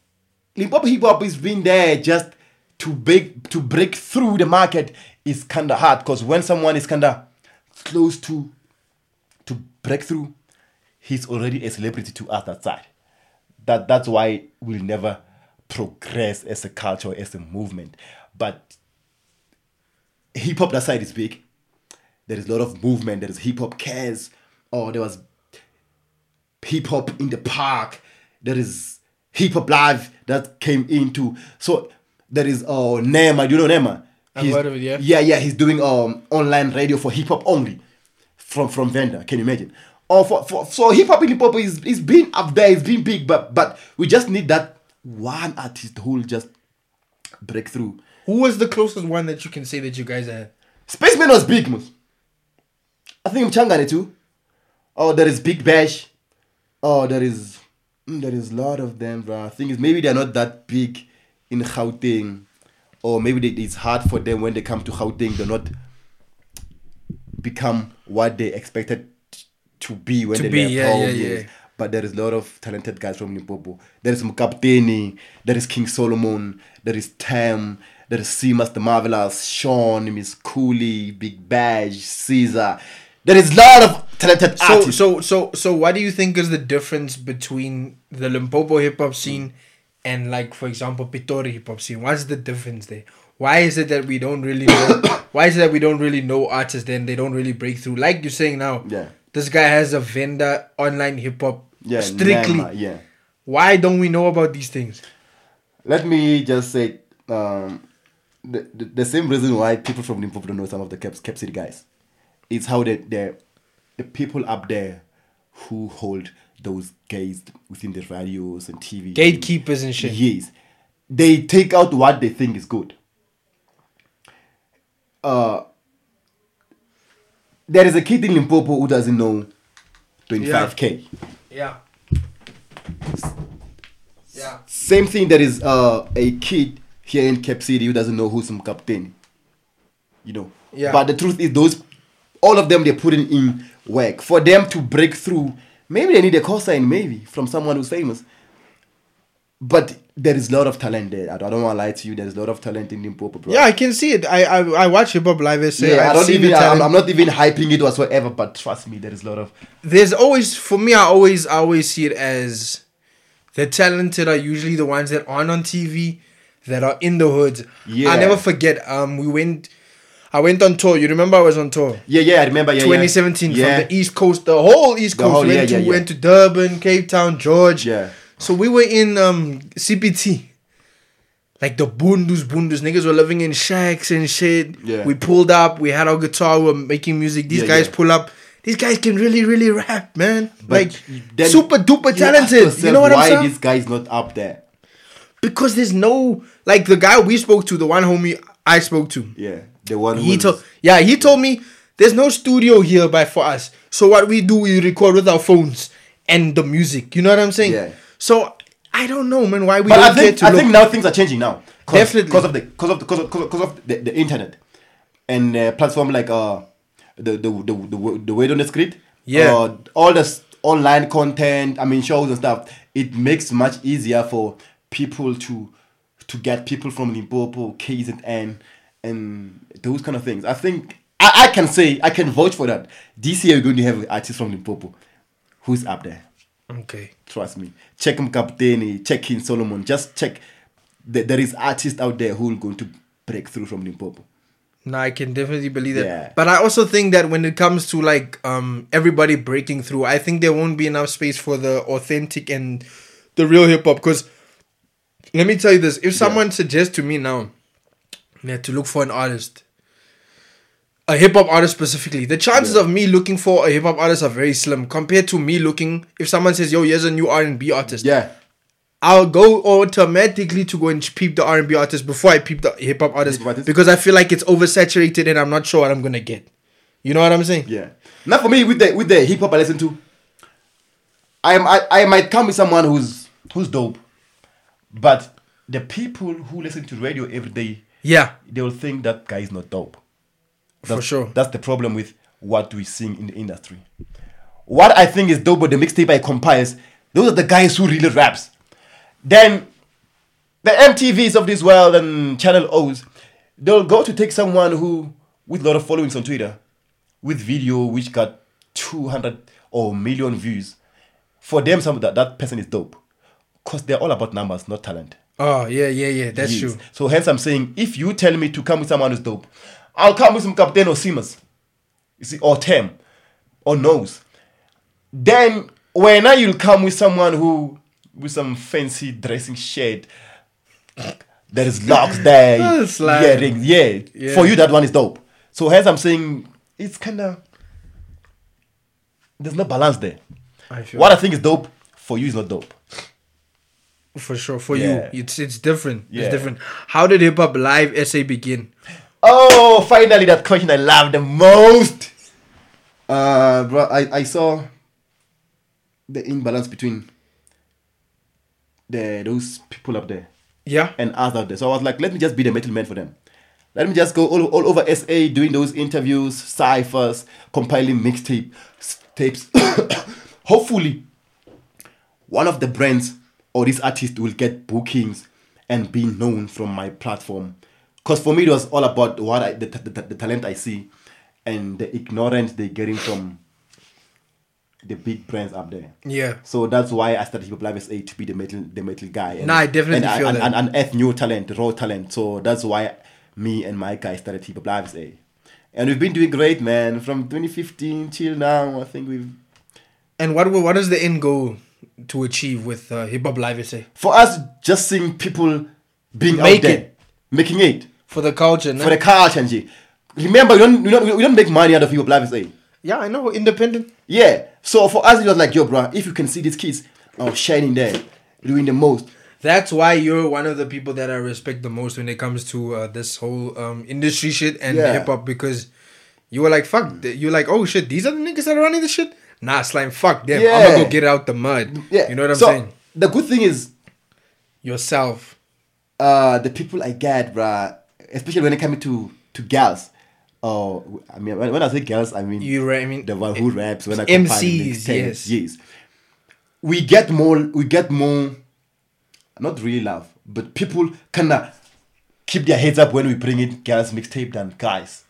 B: Limpopo hip hop is been there just to break to break through the market is kinda hard because when someone is kinda close to to break through, he's already a celebrity to us outside. That that's why we'll never progress as a culture, as a movement. But hip hop that side is big. There is a lot of movement. There is hip hop cares. Oh, there was hip hop in the park. There is hip hop live that came into. So there is uh Nema. Do you know Nema?
C: I've
B: He's-
C: heard of it, yeah.
B: Yeah, yeah. He's doing um online radio for hip hop only from from vendor. Can you imagine? Oh, for, for so hip hop in hip hop is is been up there. It's been big, but but we just need that one artist who will just break through.
C: Who was the closest one that you can say that you guys are?
B: Spaceman was big, man. I think Mchangane too. Oh, there is Big Bash. Oh, there is mm, there is a lot of them, bro. I think it's maybe they're not that big in Gauteng, or maybe they, it's hard for them when they come to Gauteng. They're not become what they expected t- to be when
C: To
B: they
C: be,
B: left
C: yeah,
B: home.
C: yeah,
B: yes.
C: yeah.
B: But there is a lot of talented guys from Limpopo. There is Mkapteni, there is King Solomon, there is Tam, there is Seamus the Marvelous, Sean, Miss Cooley, Big Badge, Caesar. There is a lot of talented
C: So,
B: artists.
C: so, so, so, what do you think is the difference between the Limpopo hip hop scene and, like, for example, Pitori hip hop scene? What's the difference there? Why is it that we don't really know? *coughs* why is it that we don't really know artists then they don't really break through? Like you're saying now,
B: Yeah.
C: this guy has a vendor online hip hop
B: yeah,
C: strictly.
B: Nema, yeah.
C: Why don't we know about these things?
B: Let me just say um, the, the, the same reason why people from Limpopo don't know some of the Cap, Cap City guys. It's how the, the, the people up there who hold those gates within the radios and TV.
C: Gatekeepers and shit.
B: Yes. They take out what they think is good. Uh, there is a kid in Limpopo who doesn't know 25k.
C: Yeah. Yeah.
B: Same thing, there is uh, a kid here in Cape City who doesn't know who's some captain. You know.
C: Yeah.
B: But the truth is, those, all of them, they're putting in work. For them to break through, maybe they need a call sign, maybe, from someone who's famous. But there is a lot of talent there. I don't, want to lie to you. There's a lot of talent in Limpopo, bro.
C: Yeah, I can see it. I I, I watch hip hop live. I say
B: Yeah, I
C: I've
B: don't
C: seen
B: even.
C: the
B: I'm,
C: talent.
B: I'm not even hyping it whatsoever. But trust me, there is a lot of.
C: There's always for me. I always I always see it as the talented are usually the ones that aren't on TV, that are in the hoods.
B: Yeah.
C: I never forget. Um, we went. I went on tour. You remember I was on tour.
B: Yeah, yeah, I remember. Yeah, yeah.
C: 2017
B: Yeah.
C: from the E, East Coast, the whole East
B: The
C: Coast
B: whole-
C: went
B: yeah,
C: to
B: yeah, yeah.
C: went to Durban, Cape Town, George.
B: Yeah.
C: So we were in um CPT. Like the bundus, bundus niggas were living in shacks and shit.
B: Yeah.
C: We pulled up, we had our guitar, we were making music. These
B: Yeah,
C: guys
B: yeah.
C: pull up. These guys can really, really rap, man.
B: But
C: like
B: then
C: super duper
B: you ask
C: talented. You
B: yourself
C: know what I'm
B: why
C: saying?
B: this guy is not up there?
C: because there's no like the guy we spoke to, the one homie I spoke to.
B: Yeah, the one who
C: He
B: was-
C: told yeah, he told me there's no studio here by for us. So what we do, we record with our phones and the music. You know what I'm saying?
B: Yeah.
C: So I don't know, man, why we
B: But
C: don't
B: I think
C: get
B: I
C: to
B: think
C: look.
B: now things are changing now. Cause,
C: Definitely.
B: because of the because of the because of, 'cause of, 'cause of the, the internet and uh, platform like uh the the the the, the word on the script.
C: Yeah.
B: Uh, all this online content, I mean shows and stuff. It makes much easier for people to to get people from Limpopo, KZN, and those kind of things. I think I, I can say I can vouch for that. This year we're going to have artists from Limpopo who's up there.
C: okay.
B: Trust me. Check him Captain, check King Solomon. Just check th- there is artists out there who are going to break through from Limpopo.
C: No, I can definitely believe that.
B: Yeah.
C: But I also think that when it comes to like um everybody breaking through, I think there won't be enough space for the authentic and the real hip hop. Because let me tell you this: if someone suggests to me now yeah, to look for an artist, a hip hop artist specifically, the chances of me looking for a hip hop artist are very slim compared to me looking. If someone says, "Yo, here's a new R and B artist,"
B: Yeah.
C: I'll go automatically to go and peep the R and B artist before I peep the hip hop artist
B: Hip-hop artist.
C: because I feel like it's oversaturated and I'm not sure what I'm gonna get. You know what I'm saying?
B: Yeah. Now for me with the with the hip hop I listen to, I am I, I might come with someone who's who's dope. But the people who listen to radio every day,
C: Yeah,
B: they will think that guy is not dope.
C: for
B: That's-
C: sure.
B: That's the problem with what we sing in the industry. What I think is dope with the mixtape I compiles, those are the guys who really raps. Then the MTVs of this world and Channel O's, they'll go to take someone who with a lot of followings on Twitter, with video which got 200 or million views. For them, some that, that person is dope. Because they're all about numbers, not talent.
C: Oh yeah, yeah, yeah. That's
B: Yes.
C: true.
B: So hence I'm saying, if you tell me to come with someone who's dope, I'll come with some Captain or Simmers, you see, or Tem, or Nose. Then when I you'll come with someone who with some fancy dressing shade, there is
C: *laughs*
B: locks there,
C: That's like-
B: yeah, rings, yeah. For you, that one is dope. So hence I'm saying, it's kind of there's no balance there.
C: I feel
B: What I think is dope for you is not dope.
C: for sure for
B: Yeah.
C: you. It's it's different.
B: Yeah.
C: It's different. How did hip hop live SA begin?
B: Oh, finally that question I love the most. Uh, bro, I, I saw the imbalance between the those people up there
C: Yeah,
B: and us out there. So I was like, let me just be the metal man for them. Let me just go all, all over SA doing those interviews, ciphers, compiling mixtape s- tapes. *coughs* Hopefully, one of the brands or this artist will get bookings and be known from my platform. Because for me, it was all about what I, the, the, the, the talent I see and the ignorance they're getting from the big brands up there.
C: yeah.
B: So that's why I started Hip Hop Live SA to be the metal, the metal guy. And,
C: Nah, I definitely
B: and
C: feel
B: and,
C: that.
B: And, and unearth new talent, raw talent. So that's why me and my guy started Hip Hop Live SA. And we've been doing great, man. From 2015 till now, I think we've.
C: And what what is the end goal to achieve with uh, hip hop live SA
B: For us, just seeing people being
C: Make
B: out there,
C: it.
B: making it
C: for the culture? no?
B: for the culture. and shit. Remember, we don't, we don't, we don't make money out of Hip Hop Live SA.
C: yeah, I know independent.
B: Yeah. So for us, it was like, yo, bro, if you can see these kids oh, shining there, doing the most,
C: That's why you're one of the people that I respect the most when it comes to uh, this whole um, industry shit and
B: Yeah.
C: hip hop because you were like, fuck, th- you're like, oh shit, these are the niggas that are running this shit? Nah, slime, fuck them. I'm gonna
B: Yeah.
C: go get out the mud.
B: yeah.
C: You know what I'm
B: So,
C: saying?
B: The good thing is,
C: Yourself.
B: uh the people I get, bruh, especially when it comes to to girls. Oh, I mean, when, when I say girls, I mean
C: You ra- I mean,
B: the one who raps. When I
C: MCs,
B: compile mixtapes,
C: yes.
B: yes. We get more. We get more. Not really love, but people kinda keep their heads up when we bring in girls mixtape than guys.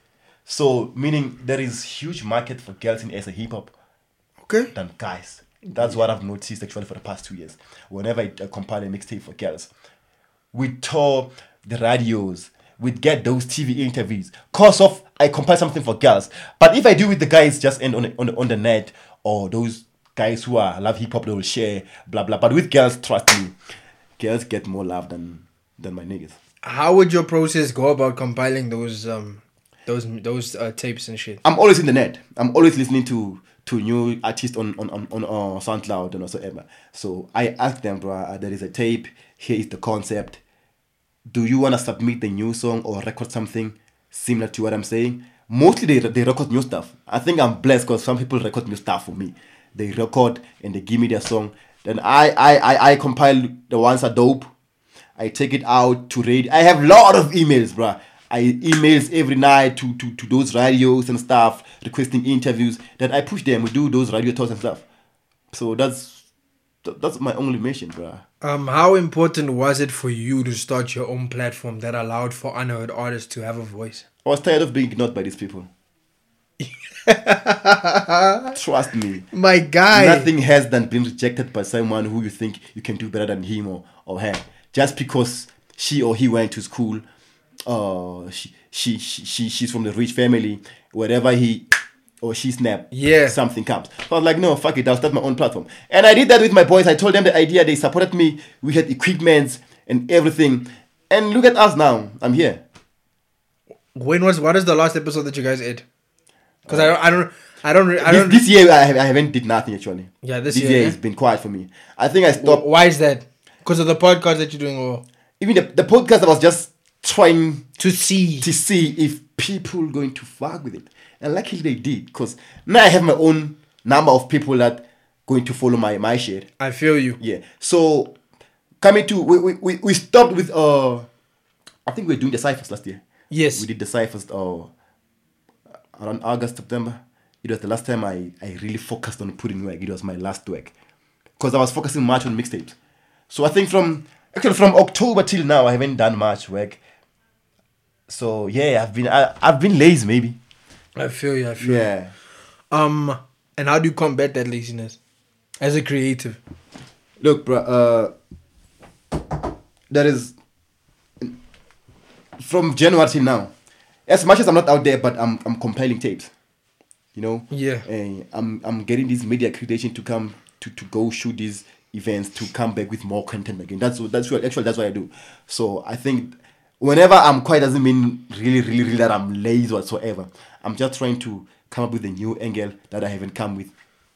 B: So meaning there is huge market for girls in SA hip hop
C: Okay.
B: than guys. That's what I've noticed actually for the past two years. Whenever I uh, compile a mixtape for girls, we tour the radios, we'd get those TV interviews. Cause of I compile something for girls, but if I do with the guys, just end on on, on the net or those guys who are love hip hop, they will share blah blah. But with girls, trust me, girls get more love than than my niggas.
C: How would your process go about compiling those um those those uh, tapes and shit?
B: I'm always in the net. I'm always listening to to new artists on on on, on uh, SoundCloud and whatsoever. So I ask them, bro, uh, there is a tape. Here is the concept. Do you wanna submit the new song or record something similar to what I'm saying? Mostly they, they record new stuff. I think I'm blessed because some people record new stuff for me. They record and they give me their song. Then I I I, I compile the ones that are dope. I take it out to read. I have a lot of emails, bruh. I emails every night to, to, to those radios and stuff requesting interviews that I push them. We do those radio talks and stuff. So that's th- that's my only mission, bruh.
C: Um, how important was it for you to start your own platform that allowed for unheard artists to have a voice?
B: I was tired of being ignored by these people. Trust me.
C: My guy.
B: Nothing has than being rejected by someone who you think you can do better than him or, or her. Just because she or he went to school. Uh, she, she, she, she she's from the rich family. Wherever he or she snap,
C: Yeah.
B: something comes. So I was like, no, fuck it, I'll start my own platform. And I did that with my boys. I told them the idea. They supported me. We had equipments and everything. And look at us now. I'm here.
C: When was what is the last episode that you guys did? Because I don't, I don't, I don't, re- I
B: This,
C: don't.
B: this year I, have, I haven't did nothing actually.
C: Yeah, this
B: this
C: year,
B: year
C: yeah.
B: it's been quiet for me. I think I stopped.
C: Wh- Why is that? Because of the podcast that you're doing, or
B: even the, the podcast I was just trying
C: to see?
B: to see if people going to fuck with it and luckily they did because now I have my own number of people that going to follow my my shit
C: I feel you.
B: yeah so coming to we, we, we, we stopped with uh I think we were doing the ciphers last year
C: Yes.
B: we did the ciphers uh around August September it was the last time I, I really focused on putting work it was my last work because I was focusing much on mixtapes so I think from actually from October till now I haven't done much work so yeah I've been I, I've been lazy maybe
C: I feel you. I feel.
B: yeah
C: You. Um, and how do you combat that laziness as a creative?
B: Look, bro. Uh, that is from January till now. As much as I'm not out there, but I'm I'm compiling tapes. You know.
C: Yeah.
B: Eh, I'm I'm getting this media accreditation to come to to go shoot these events to come back with more content again. That's what that's what actually that's what I do. So I think whenever I'm quiet doesn't mean really really really that I'm lazy whatsoever. I'm just trying to come up with a new angle that I haven't come with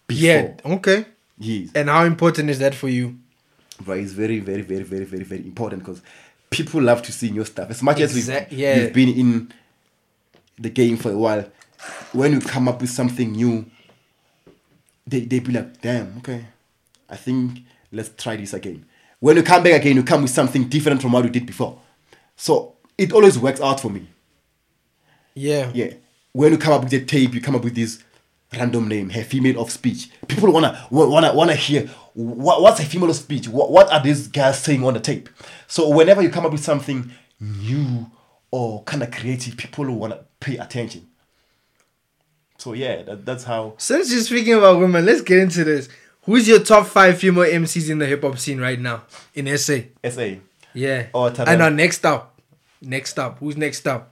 B: before.
C: Yeah. Okay.
B: Yes
C: And how important is that for you?
B: right it's very very very very very very important because people love to see new stuff as much as
C: Exact-
B: we've,
C: yeah.
B: you've been in the game for a while when you come up with something new they, they be like damn okay i think let's try this again when you come back again you come with something different from what you did before so it always works out for me
C: Yeah.
B: yeah when you come up with the tape you come up with this random name her female of speech people wanna wa- wanna wanna hear what, what's a female of speech what, what are these guys saying on the tape so whenever you come up with something new or kind of creative people wanna pay attention so yeah that, that's how
C: Since you're speaking about women, let's get into this. Who's your top five female MCs in the hip hop scene right now in SA?
B: sa
C: Yeah.
B: Oh, Tabela.
C: and our next up, next up, who's next up?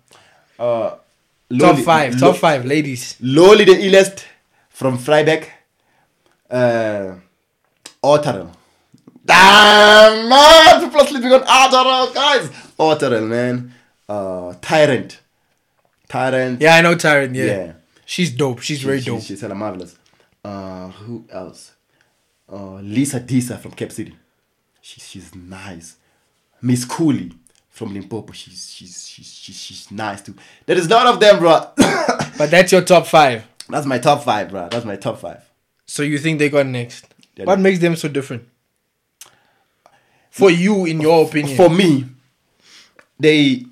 B: uh
C: top
B: Loli-
C: five,
B: Lo-
C: top five, ladies.
B: loli the illest from freiberg uh Otterel. Damn, man! People are sleeping on Otterel, guys! Otterel, man. Uh, Tyrant. Tyrant.
C: Yeah, I know Tyron. Yeah.
B: Yeah.
C: she's dope. She's very
B: She-
C: dope.
B: She's hella marvelous. Uh, who else? Uh, Lisa Disa from Cape City. She, she's nice. Miss Cooley from Limpopo. She's, she's, she's, she's, she's nice too. There is a lot of them, bro.
C: But that's your top five.
B: *coughs* That's my top five, bro. That's my top five.
C: So you think they got next?
B: Yeah.
C: What makes them so different? For you, in your opinion,
B: for me, they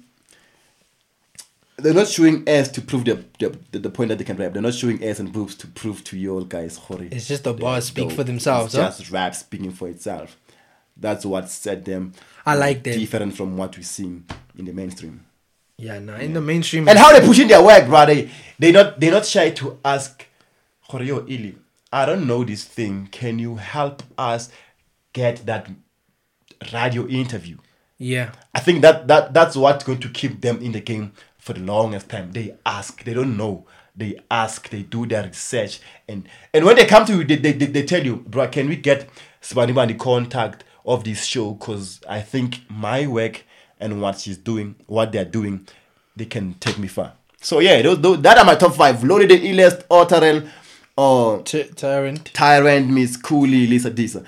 B: they're not showing ass to prove the, the, the, the point that they can rap. They're not showing ass and boobs to prove to you all guys. Hori.
C: it's just the bars speak
B: No,
C: for themselves.
B: It's
C: Huh?
B: just rap speaking for itself. That's what set them.
C: I like that.
B: Different from what we seen in the mainstream.
C: Yeah, nah. In the mainstream,
B: And how they pushing their work, bro. They they not they not shy to ask Koryo Ili, I don't know this thing. Can you help us get that radio interview?
C: yeah,
B: I think that, that that's what's going to keep them in the game for the longest time. They ask, they don't know. They ask, they do their research, and and when they come to you, they they, they, they tell you, bro, can we get Sbanibani contact of this show? Cause I think my work and what she's doing, what they're doing, they can take me far. So yeah, those, those, that are my top five: Lori the Illest, Otterel, or
C: T- Tyrant.
B: Tyrant, Miss Cooley, Lisa Disa.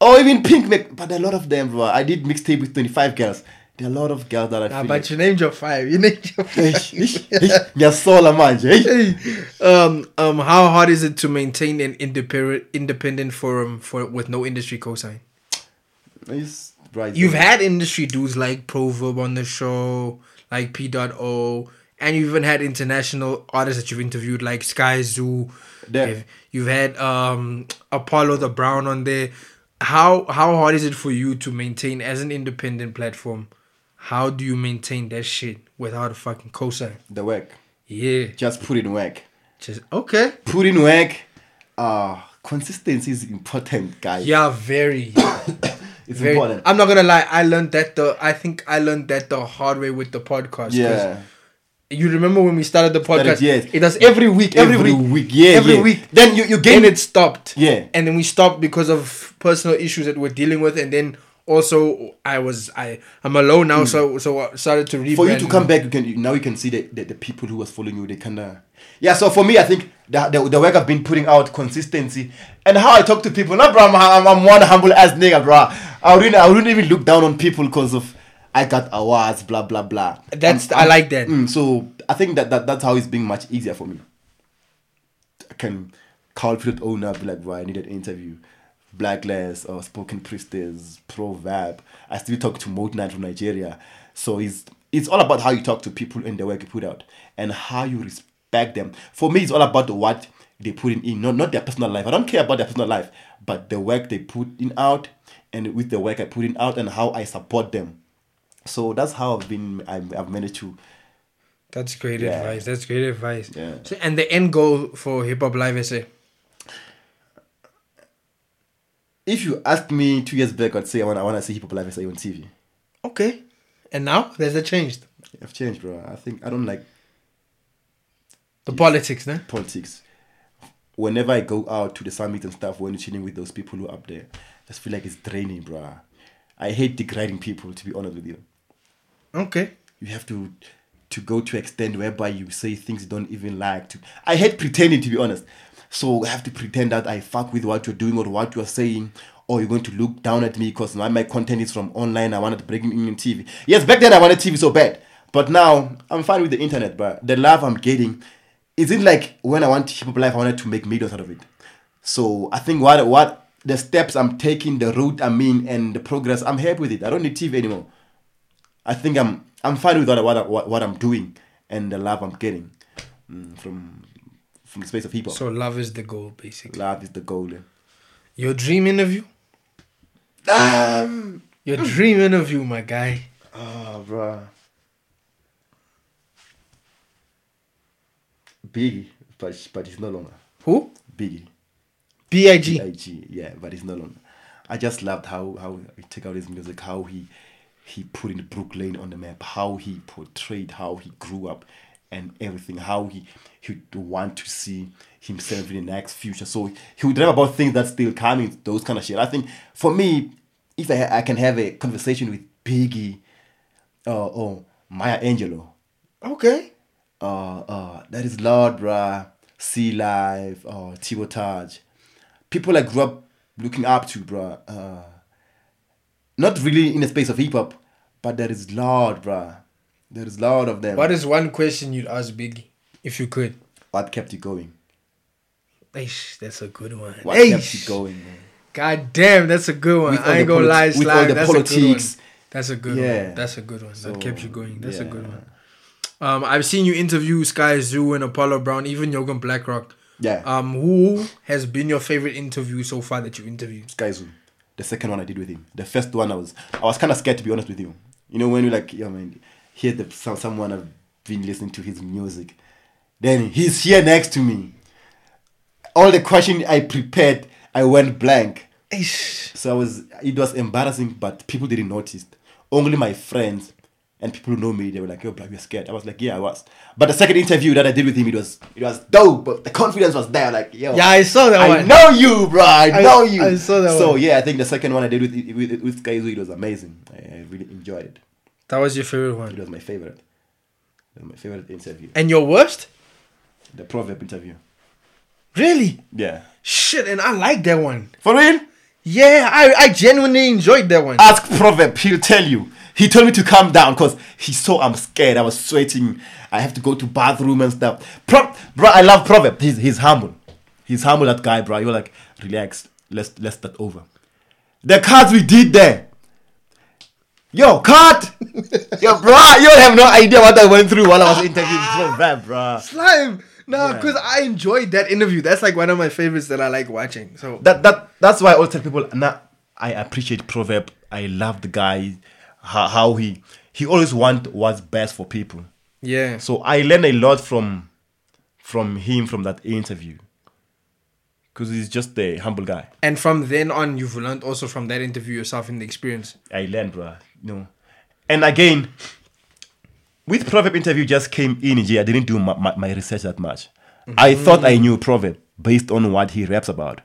B: Or even Pink Mac. But there are a lot of them, bro. I did mixtape with 25 girls. There are a lot of girls that I
C: Nah,
B: feel
C: Ah, but
B: *laughs*
C: you named your five. You named your
B: like,
C: five.
B: *laughs* "Eish, eish, eish, ngiyasola manje, eish."
C: um, um, how hard is it to maintain an independent independent forum for with no industry cosign?
B: It's- bro, it's-
C: You've had industry dudes like Proverb on the show, like P.O, and you've even had international artists that you've interviewed like Sky Zoo.
B: Yeah.
C: You've, you've had um, Apollo the Brown on there. How how hard is it for you to maintain as an independent platform? How do you maintain that shit without a fucking cosign?
B: the work.
C: Yeah,
B: Just put in work.
C: just okay.
B: Put in work. Uh, consistency is important, guys.
C: Yeah, very.
B: It's
C: Very- Ah,
B: important.
C: I'm not gonna lie. I learned that the I think I learned that the hard way with the podcast. 'cause
B: yeah.
C: You remember when we started the podcast?
B: yes.
C: It was every week. Every, week.
B: Yeah.
C: Every
B: yeah.
C: week.
B: Then you you gain
C: Then it stopped.
B: Yeah.
C: And then we stopped because of personal issues that we're dealing with, and then also I was I I'm alone now, so so I started to rebrand.
B: Mm. for you to come back, you can you, now you can see that the, the people who was following you, they kind of yeah. So for me, I think the, the, the work I've been putting out, consistency, and how I talk to people. Not bro, I'm, I'm, I'm one humble ass nigga, bro. I wouldn't I wouldn't even look down on people because of I got awards, blah blah blah.
C: That's I like that.
B: Mm, so I think that, that that's how it's being much easier for me. I can call Philip owner, be like, bro, I need an interview. Blacklist or Spoken Priestess, Pro Vab. I still talk to Mode Knight from Nigeria. So it's it's all about how you talk to people and the work you put out and how you respect them. For me, it's all about what they put in, not, not their personal life. I don't care about their personal life, but the work they put in out and with the work I put in out and how I support them. So that's how I've been, I've, I've managed to
C: That's great
B: Yeah.
C: advice. That's great advice.
B: Yeah.
C: So, and the end goal for Hip Hop Live SA.
B: if you asked me two years back, I'd say I want, I want to see hip hop live SA on TV.
C: Okay. And now there's a change.
B: I've changed, bro. I think I don't like
C: The politics, no?
B: politics. Whenever I go out to the summits and stuff, when you're chilling with those people who are up there, I just feel like it's draining, bro. I hate degrading people, to be honest with you.
C: Okay.
B: You have to to go to extent whereby you say things you don't even like. To I hate pretending, to be honest. So I have to pretend that I fuck with what you're doing or what you're saying, or you're going to look down at me because my, my content is from online. I wanted to bring in TV. Yes, back then I wanted TV so bad, but now I'm fine with the internet. But the love I'm getting, is it like when I want hip hop life, I wanted to make millions out of it. So I think what what the steps I'm taking, the route I'm in, and the progress, I'm happy with it. I don't need TV anymore. I think I'm I'm fine with what what what, what I'm doing and the love I'm getting mm, from from the space of hip hop.
C: So love is the goal, basically.
B: Love is the goal.
C: Your dream interview?
B: Um,
C: Your dream interview, my guy.
B: oh, bro. Biggie, but but it's no longer
C: Who?
B: Biggie.
C: B.I.G.
B: IG, yeah, but it's not on. I just loved how how he took out his music, how he he put in Brooklyn on the map, how he portrayed how he grew up and everything, how he he would want to see himself in the next future. So he would dream about things that's still coming, those kind of shit. I think for me, if I, I can have a conversation with Biggie uh, or Maya Angelou,
C: Okay.
B: uh, uh, that is Lord Bra, Sea Life, or Tibo Taj. People I grew up looking up to, bruh. Uh, not really in the space of hip hop, but there is Lord, bruh. There is Lord of them.
C: What is one question you'd ask Biggie if you could?
B: What kept you going?
C: Eish, that's a good one.
B: What kept
C: Eish.
B: you going, man?
C: God damn, that's a good one.
B: With all
C: I ain't
B: the
C: gonna lie,
B: politi- with all
C: Slime.
B: the
C: That's
B: politics.
C: a good one. That's a good
B: Yeah.
C: one. That's a good one.
B: So,
C: that kept you going. That's a good
B: yeah.
C: one. Um, I've seen you interview Sky Zoo and Apollo Brown, even Yogan Blackrock.
B: Yeah.
C: Um, who has been your favorite interview so far that you interviewed?
B: Sky Zoo. The second one I did with him. The first one I was I was kinda scared to be honest with you. You know when you like yeah man hear the some, someone I've been listening to his music. Then he's here next to me. All the question I prepared, I went blank.
C: Eish.
B: So I was it was embarrassing, but people didn't notice. Only my friends and people who know me, they were like, "Yo, black, you're scared." I was like, "Yeah, I was." But the second interview that I did with him, it was it was dope. But the confidence was there, like, "Yo,
C: Yeah, I saw that
B: I
C: one.
B: know you, bro. I,
C: I-
B: know you."
C: I saw that
B: So
C: one.
B: yeah, I think the second one I did with with, with Kaizu, it was amazing. I, I really enjoyed it.
C: That was your favorite
B: It
C: one.
B: was my favorite. It was my favorite interview.
C: And your worst?
B: The proverb interview.
C: Really?
B: Yeah.
C: Shit, and I like that one.
B: For real?
C: Yeah, I, I genuinely enjoyed that one.
B: ask proverb he'll tell you he told me to calm down because he saw i'm scared i was sweating i have to go to bathroom and stuff Pro- bro i love proverb he's, he's humble he's humble that guy bro you're like relax let's let's start over the cards we did there yo cut yo bro you have no idea what i went through while i was interviewing proverb bro
C: Slime. No, because I enjoyed that interview. That's like one of my favorites that I like watching. So
B: that that that's why I always tell people nah, I appreciate Proverb. I love the guy how, how he he always want what's best for people.
C: yeah.
B: So I learned a lot from from him from that interview. because he's just a humble guy.
C: And from then on, you've learned also from that interview yourself in the experience.
B: I learned, bruh. No. And again, with Proverb interview just came in, G, I didn't do my, my, my research that much. I thought I knew Proverb based on what he raps about.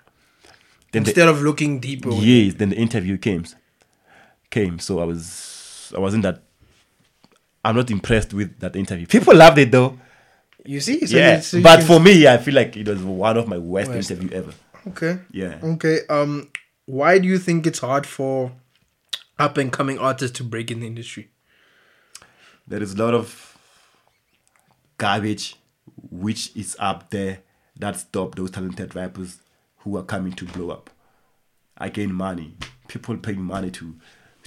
B: Then the,
C: Instead of looking deeper.
B: yes, then the interview came. Came, so I was I wasn't that I'm not impressed with that interview. People loved it though.
C: You see? So
B: yeah.
C: you- so you
B: but
C: can-
B: for me, I feel like it was one of my worst interview ever.
C: Okay.
B: Yeah.
C: Okay. Um, why do you think it's hard for up and coming artists to break in the industry?
B: there is a lot of garbage which is up there that stop those talented rappers who are coming to blow up. I gain money. People paying money to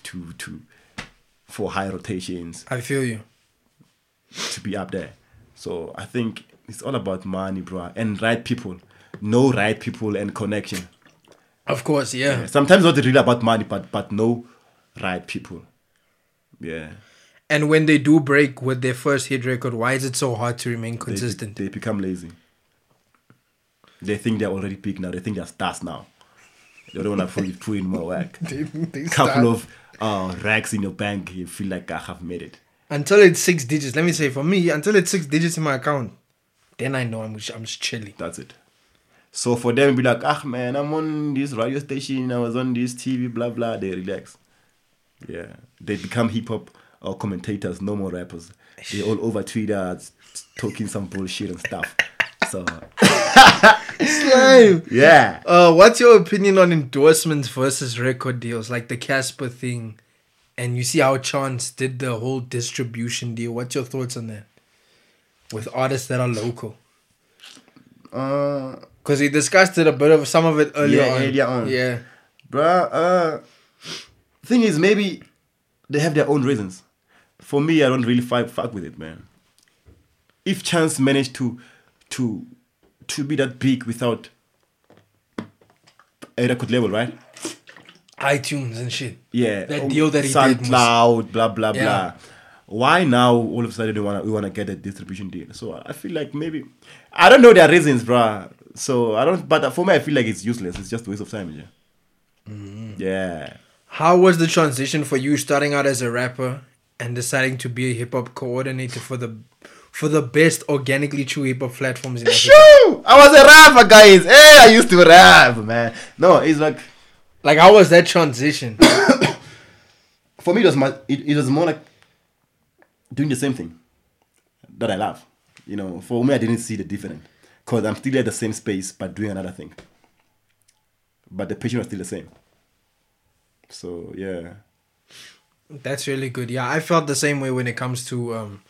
B: to to for high rotations
C: I feel you.
B: to be up there. So I think it's all about money, bro, and right people. Know right people and connection.
C: Of course, yeah.
B: Sometimes not really about money, but but know right people. Yeah.
C: And when they do break with their first hit record, why is it so hard to remain
B: They be-
C: consistent?
B: They, become lazy. They think they're already big now. They think they're stars now. They don't want to put, put in more work. Couple of uh, racks in your bank, you feel like I have made it.
C: Until it's six digits. Let me say for me, until it's six digits in my account, then I know I'm I'm just chilling.
B: That's it. So for them, be like, ah man, I'm on this radio station. I was on this TV, blah blah. They relax. Yeah, they become hip hop or commentators, no more rappers. They all over Twitter s- talking some bullshit and stuff. So yeah,
C: Uh, what's your opinion on endorsements versus record deals, like the Casper thing? And you see how Chance did the whole distribution deal. What's your thoughts on that? With artists that are local,
E: Uh,
C: because he discussed it a bit of some of it earlier
E: Yeah,
C: on.
E: earlier on.
C: Yeah,
E: bruh, uh,
B: thing is maybe they have their own reasons for me i don't really fuck, fuck with it man if chance managed to to to be that big without a record label right
C: iTunes and shit.
B: yeah
C: That
B: oh,
C: deal that he did was-
B: soundcloud blah blah
C: Yeah.
B: blah why now all of a sudden we want to we want to get a distribution deal so i feel like maybe i don't know their reasons bruh so i don't but for me i feel like it's useless it's just a waste of time yeah
C: Mm-hmm.
B: yeah
C: How was the transition for you starting out as a rapper and deciding to be a hip hop coordinator for the for the best organically true hip hop platforms in Africa?
E: shoo! I was a rapper, guys. Hey, I used to rap, man.
B: no it's like
C: Like how was that transition? *coughs*
B: for me it was my it, it was more like doing the same thing that I love. You know, for me I didn't see the difference. Cause I'm still at the same space but doing another thing. But the patient was still the same. So yeah.
C: That's really good. Yeah, I felt the same way when it comes to um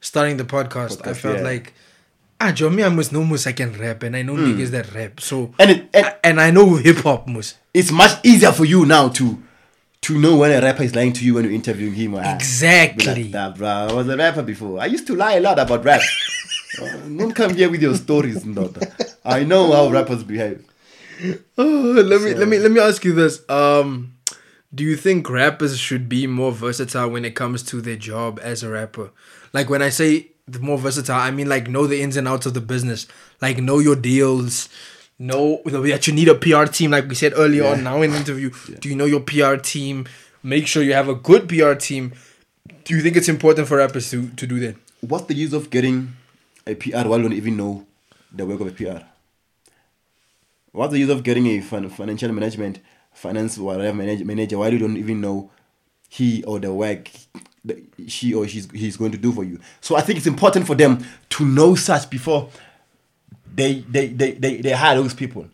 C: starting the podcast. I
B: Podcast,
C: felt
B: yeah.
C: like ah Jomi I must know Moose I can rap and I know niggas that rap. So
B: Hmm. And it and
C: and, I know hip hop Moose.
B: it's much easier for you now to to know when a rapper is lying to you when you're interviewing him or Be
C: Exactly.
B: like that, bro. I was a rapper before. I used to lie a lot about rap. Uh, don't come here with your stories, not. I know how rappers behave.
C: Oh, let me let me let me ask you this. Um, do you think rappers should be more versatile when it comes to their job as a rapper? Like when I say the more versatile, I mean like know the ins and outs of the business, like know your deals, know that you need a PR team, like we said earlier on. Now in the interview, do you know your PR team? Make sure you have a good PR team. Do you think it's important for rappers to to do that?
B: what's the use of getting a PR while you don't even know the work of a PR? What's the use of getting a fin- financial management, finance whatever manage- manager while you don't even know he or the work that she or she's he's going to do for you? So I think it's important for them to know such before they they they, they, they hire those people.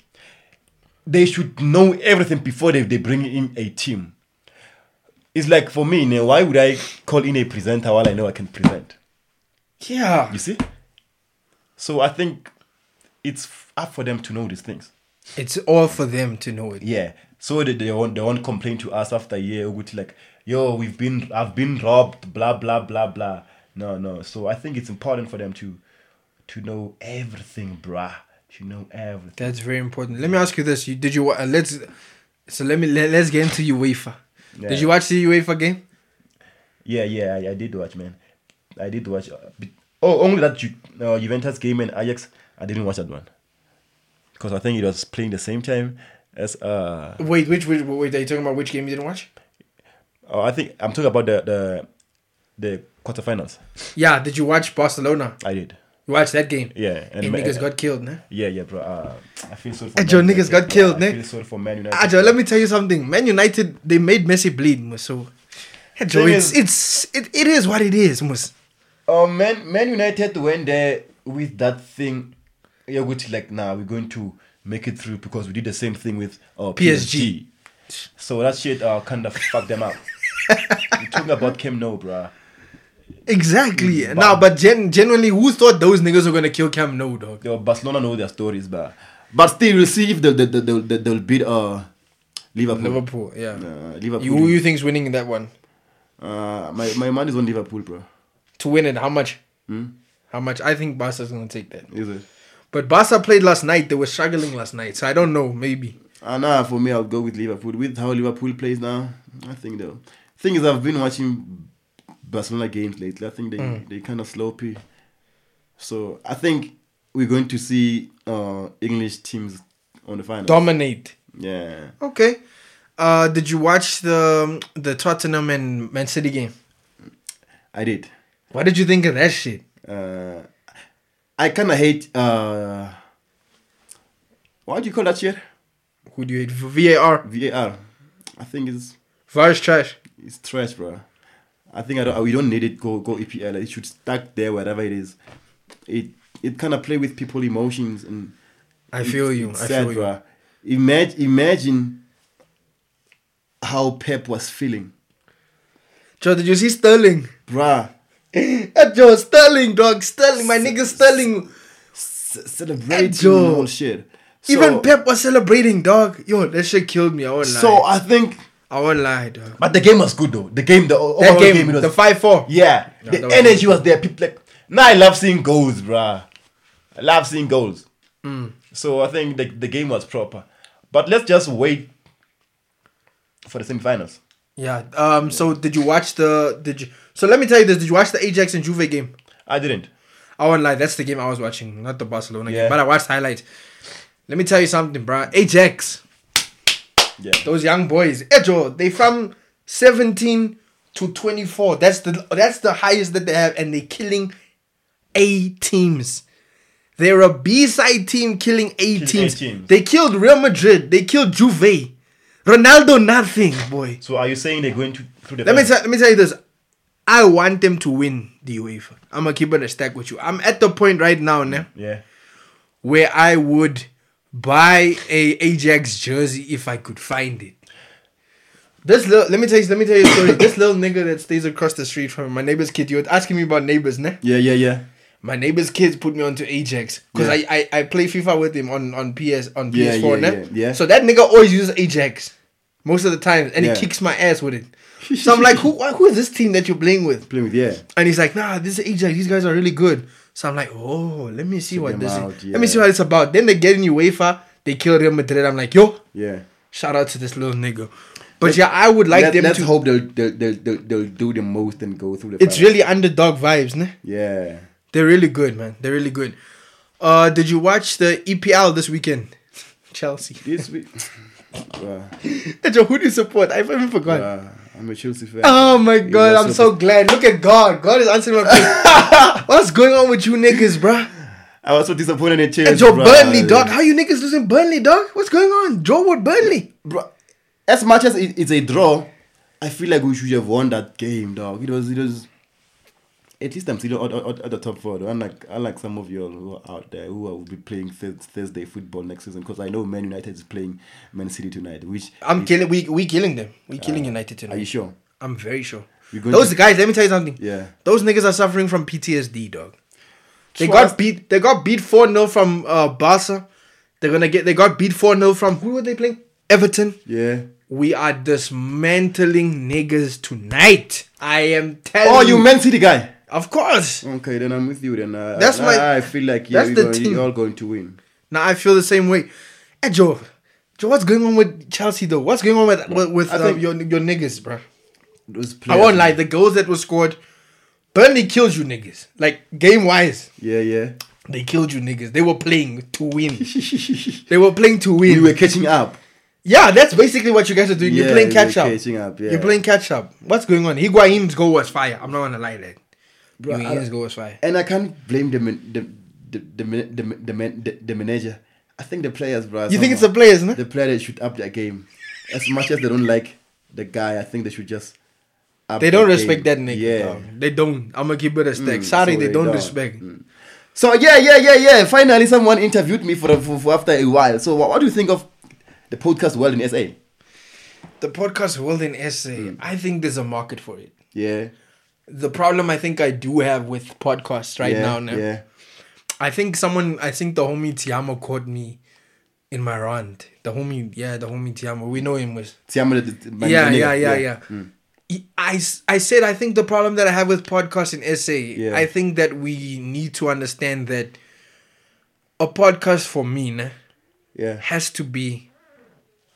B: They should know everything before they, they bring in a team. It's like for me, now, why would I call in a presenter while I know I can present?
C: Yeah,
B: You see? So I think it's f- up for them to know these things.
C: it's all for them to know it.
B: Yeah. So they, they won't they won't complain to us after a year with like, yo, we've been I've been robbed, blah blah blah blah. No, no. So I think it's important for them to to know everything, bruh. To know everything.
C: That's very important. Let me ask you this: You did you wa- uh, let's so let me let, let's get into UEFA.
B: Yeah.
C: Did you watch the UEFA game?
B: Yeah, yeah, I, I did watch, man. I did watch. uh, be- Oh, only that Ju- uh, Juventus game and Ajax. I didn't watch that one.
F: because I think it was playing the same time as uh.
C: Wait, which which wait? Are you talking about which game you didn't watch?
F: Oh, I think I'm talking about the the the quarterfinals.
C: Yeah, did you watch Barcelona?
F: I did.
C: You watched that game?
F: Yeah,
C: And, niggas got killed, nah?
F: yeah, yeah, bro. Uh, I feel sorry for.
C: And your
F: Man
C: niggas
F: United,
C: got
F: bro.
C: killed,
F: I
C: ne?
F: feel sorry for Man United.
C: Ah, Joe, let me tell you something. Man United, they made Messi bleed, Mus, so Hey, Joe,
F: Thing
C: it's,
F: is-
C: it's it, it is what it is, Mus.
F: Oh man, Man United went there with that thing. Yeah, which like now we're going to make it through because we did the same thing with uh, PSG. So that shit uh, kind of fucked
C: *laughs*
F: them up. You're talking about Kim No, bruh.
C: Exactly. now, but gen- genuinely, who thought those niggas were gonna kill Cam? No, dog.
F: Yo, Barcelona know their stories, bruh.
B: But still, we'll see if they'll, they'll, they'll, they'll, they'll beat uh, Liverpool.
C: Liverpool, yeah.
B: Uh, Liverpool.
C: You, who you think's winning that one?
B: Uh, my, my money's on Liverpool, bro.
C: To win it, how much?
B: Hmm?
C: How much? I think Barca's gonna take that.
B: Is it?
C: But Barca played last night. They were struggling last night, so I don't know. Maybe.
B: Uh, nah, for me, I'll go with Liverpool. With how Liverpool plays now, I think they'll. Thing is, I've been watching Barcelona games lately. I think they they kind of sloppy. So I think we're going to see uh, English teams on the final.
C: Dominate.
B: yeah.
C: Okay. Uh, did you watch the the Tottenham and Man City game?
B: I did.
C: What did you think of that shit?
B: Uh, I kind of hate. Uh, what do you call that shit?
C: Who do you hate? VAR.
B: VAR. I think it's
C: VAR is trash.
B: it's trash, bro. I think I don't, we don't need it. Go go EPL. It should stuck there wherever it is. It it kind of play with people emotions and.
C: I
B: it's-
C: feel you.
B: it's
C: I
B: sad,
C: feel you.
B: bruh. Imagine imagine how Pep was feeling,
C: Joe, did you see Sterling?
F: *laughs*
B: bruh.
C: That Joe Sterling, dog. Sterling, my nigga Sterling.
B: C- celebrating
C: Joe.
B: all shit. So,
C: Even Pep was celebrating, dog. Yo, that shit killed me. I won't lie.
B: So I think
C: I won't lie, dog.
F: But the game was good though. The game, the o-
C: That
F: overall
C: game,
F: game, it was
C: the five four.
F: Yeah,
C: that
F: the
C: was
F: energy was there. People like now I love seeing goals, bruh. I love seeing goals. So I think the, the game was proper. But let's just wait for the semifinals.
C: Yeah. Um. So did you watch the? Did you? So let me tell you this. Did you watch the Ajax and Juve game?
F: I didn't.
C: I won't lie. That's the game I was watching, not the Barcelona
F: Yeah.
C: game. But I watched highlights. Let me tell you something, bruh. Ajax.
F: Yeah.
C: Those young boys, Ejo, they from 17 to 24. That's the that's the highest that they have, and they killing A teams. They're a B side team killing A teams.
F: teams.
C: They killed Real Madrid. They killed Juve. Ronaldo, nothing, boy.
F: So are you saying they're going to through the
C: Let me
F: finals?
C: tell let me tell you this. I want them to win the UEFA. I'm gonna keep it a stack with you. I'm at the point right now, now
F: Yeah.
C: where I would buy a Ajax jersey if I could find it. This little, let me tell you, let me tell you a story. this little nigga that stays across the street from my neighbor's kid. You were asking me about neighbors, ne?
B: yeah yeah yeah
C: My neighbor's kids put me onto Ajax because I, I I play FIFA with him on on PS on
B: Yeah,
C: PS4,
B: yeah,
C: ne?
B: yeah, yeah.
C: So that nigga always uses Ajax most of the time, and
B: Yeah.
C: he kicks my
B: *laughs*
C: ass with it. So I'm like, who who is this team that you're playing with?
B: playing with yeah.
C: And he's like, nah, this is Ajax. These guys are really good. So I'm like, oh, let me see what
B: them
C: this
B: out,
C: is. Let me
B: yeah.
C: see what it's about. Then they get in UEFA. They kill Real Madrid. I'm like, yo,
B: Yeah.
C: shout out to this little nigga. But yeah, I would like
B: Let,
C: them
B: let's
C: to.
B: hope they'll they'll, they'll they'll they'll do the most and go through the.
C: It's
B: final.
C: really underdog vibes, ne?
B: yeah.
C: They're really good, man. They're really good. Uh, did you watch the EPL this weekend? *laughs* Chelsea.
F: *laughs*
B: This week, bruh,
C: Ejo, who do you support? I even forgot.
B: bruh, I'm a Chelsea fan.
C: Oh my
B: It
C: god,
B: was
C: I'm
B: a-
C: so glad. Look at God. God is answering my
B: *laughs*
C: prayer. What's going on with you niggas, bruh?
B: I was so disappointed in Chelsea.
C: And Joe
B: bruh.
C: Burnley, dog. How you niggas losing Burnley, dog? What's going on? Joe with Burnley.
B: Bruh, As much as it, it's a draw, I feel like we should have won that game, dog. It was, it was. At least I'm still at, at, at the top four. though. Unlike, unlike some of y'all who are out there who will be playing Thurs- Thursday football next season, because I know Man United is playing Man City tonight. Which
C: I'm killing. We we killing them. We killing United tonight.
B: are you sure?
C: I'm very sure.
B: We're going
C: Those
B: to-
C: guys. Let me tell you something.
B: Yeah.
C: Those niggas are suffering from PTSD, dog. They
B: Trust-
C: got beat. They got beat four 0 from uh, Barca. They're gonna get. They got beat four 0 from who were they playing? Everton.
B: Yeah.
C: We are dismantling niggas tonight. I am telling.
B: Oh, you Man City guy.
C: Of course.
B: Okay, then I'm with you. Then I,
C: That's
B: I,
C: my-
B: I feel like yeah,
C: that's
B: we
C: the
B: going-
C: team.
B: you're all going to win.
C: Now I feel the same way. Hey Joe, Joe, what's going on with Chelsea though? What's going on with with, with uh, your your niggas, bro?
B: Those
C: I
B: players-
C: won't lie. The goals that were scored, Burnley kills you niggas. Like game wise,
B: *laughs* Yeah, yeah.
C: They killed you niggas. They were playing to win. they were playing to win.
B: We were catching up.
C: yeah, that's basically what you guys are doing. You're
B: Yeah,
C: playing
B: we
C: catch
B: were
C: up.
B: Catching up. Yeah.
C: You're playing catch up. What's going on? Higuain's goal was fire. I'm not gonna lie, that. Higuain's goal was fire.
B: And I can't blame the man- the the the man- the, man- the, man- the, the manager. I think the players, bro.
C: You think it's the players, no?
B: the players should up their game. As much as they don't like the guy, I think they should just. Up
C: They don't
B: their
C: respect that
B: game.
C: nigga.
B: Yeah.
C: dog. They don't. I'm gonna keep it a stack.
B: Mm,
C: Sorry,
B: so
C: they
B: they
C: don't
B: don't. Mm.
C: respect.
B: So yeah, yeah, yeah, yeah. Finally, someone interviewed me for, for, for after a while. So what, what do you think of the podcast world in SA?
C: The podcast world in SA,
B: Mm.
C: I think there's a market for it.
B: Yeah.
C: The problem I think I do have with podcasts right
B: yeah,
C: now, now
B: Yeah.
C: I think someone, I think the homie Tiamo caught me in my rant. The homie, yeah, the homie Tiamo. We know him was.
B: See, I'm gonna, my-
C: yeah,
B: my nigga,
C: yeah, yeah, yeah.
B: Hmm.
C: He- I, s- I said, I think the problem that I have with podcasts in SA, I think that we need to understand that a podcast for me ne,
B: Yeah.
C: has to be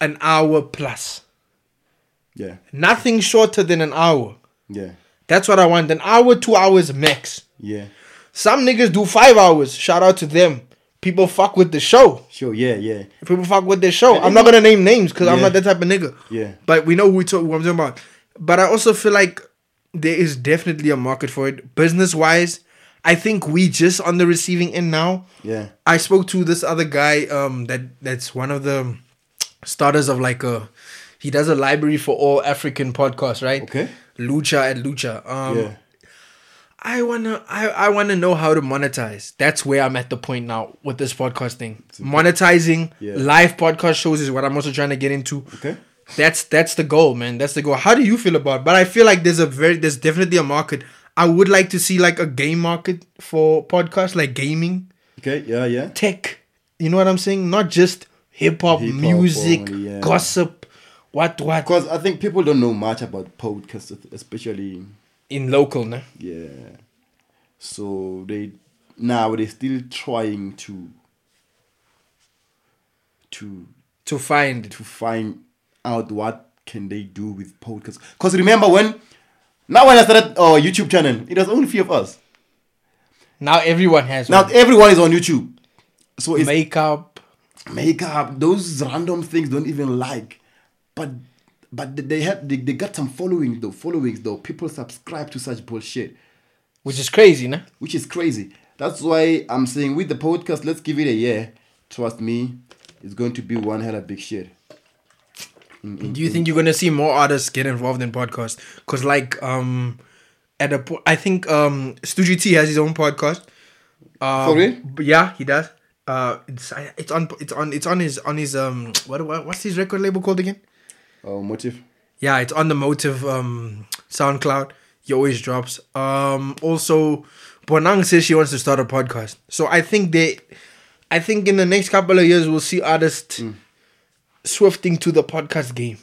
C: an hour plus.
B: Yeah.
C: Nothing shorter than an hour.
B: Yeah.
C: That's what I want. An hour, two hours max.
B: Yeah.
C: Some niggas do five hours. Shout out to them. People fuck with the show.
B: Sure. Yeah. Yeah.
C: People fuck with their show. I'm not gonna name names because I'm
B: Yeah.
C: not that type of nigga.
B: Yeah.
C: But we know who we talk, what I'm talking about. But I also feel like there is definitely a market for it. Business wise, I think we just on the receiving end now.
B: Yeah.
C: I spoke to this other guy um that that's one of the starters of like a he does a library for all African podcasts, right?
B: Okay.
C: Lucha at Lucha. Um
B: Yeah.
C: I wanna I, I wanna know how to monetize. That's where I'm at the point now with this podcast thing. Monetizing
B: Yeah.
C: live podcast shows is what I'm also trying to get into.
B: Okay.
C: That's that's the goal, man. That's the goal. How do you feel about it? But I feel like there's a very there's definitely a market. I would like to see like a game market for podcasts, like gaming,
B: Okay. Yeah. Yeah.
C: tech. You know what I'm saying? Not just hip hop,
B: Hip-hop
C: music,
B: only, yeah.
C: gossip, what what
B: Because I think people don't know much about podcasts, especially
C: in local, no?
B: yeah. So they now they're still trying to to
C: To find
B: to find out what can they do with podcasts. Because remember when now when I started our YouTube channel, it was only few of us.
C: now everyone has
B: Now
C: one.
B: everyone is on YouTube, so it's
C: makeup.
B: makeup those random things don't even like but but they- they had they, they got some following though followings though people subscribe to such bullshit
C: Which is crazy, no?
B: which is crazy that's why i'm saying with the podcast let's give it a year trust me it's going to be one hell of big shit
C: Do you think you're gonna see more artists get involved in podcasts? Cause like um, at a po- I think um, Studio T has his own podcast. Um,
B: For real?
C: b- Yeah, he does. Uh, it's I- it's on it's on it's on his on his um what, what what's his record label called again?
B: oh motive
C: Yeah, it's on the Motive um SoundCloud. He always drops. Um, also, Bonang says she wants to start a podcast. So I think they, I think in the next couple of years we'll see artists swifting to the podcast game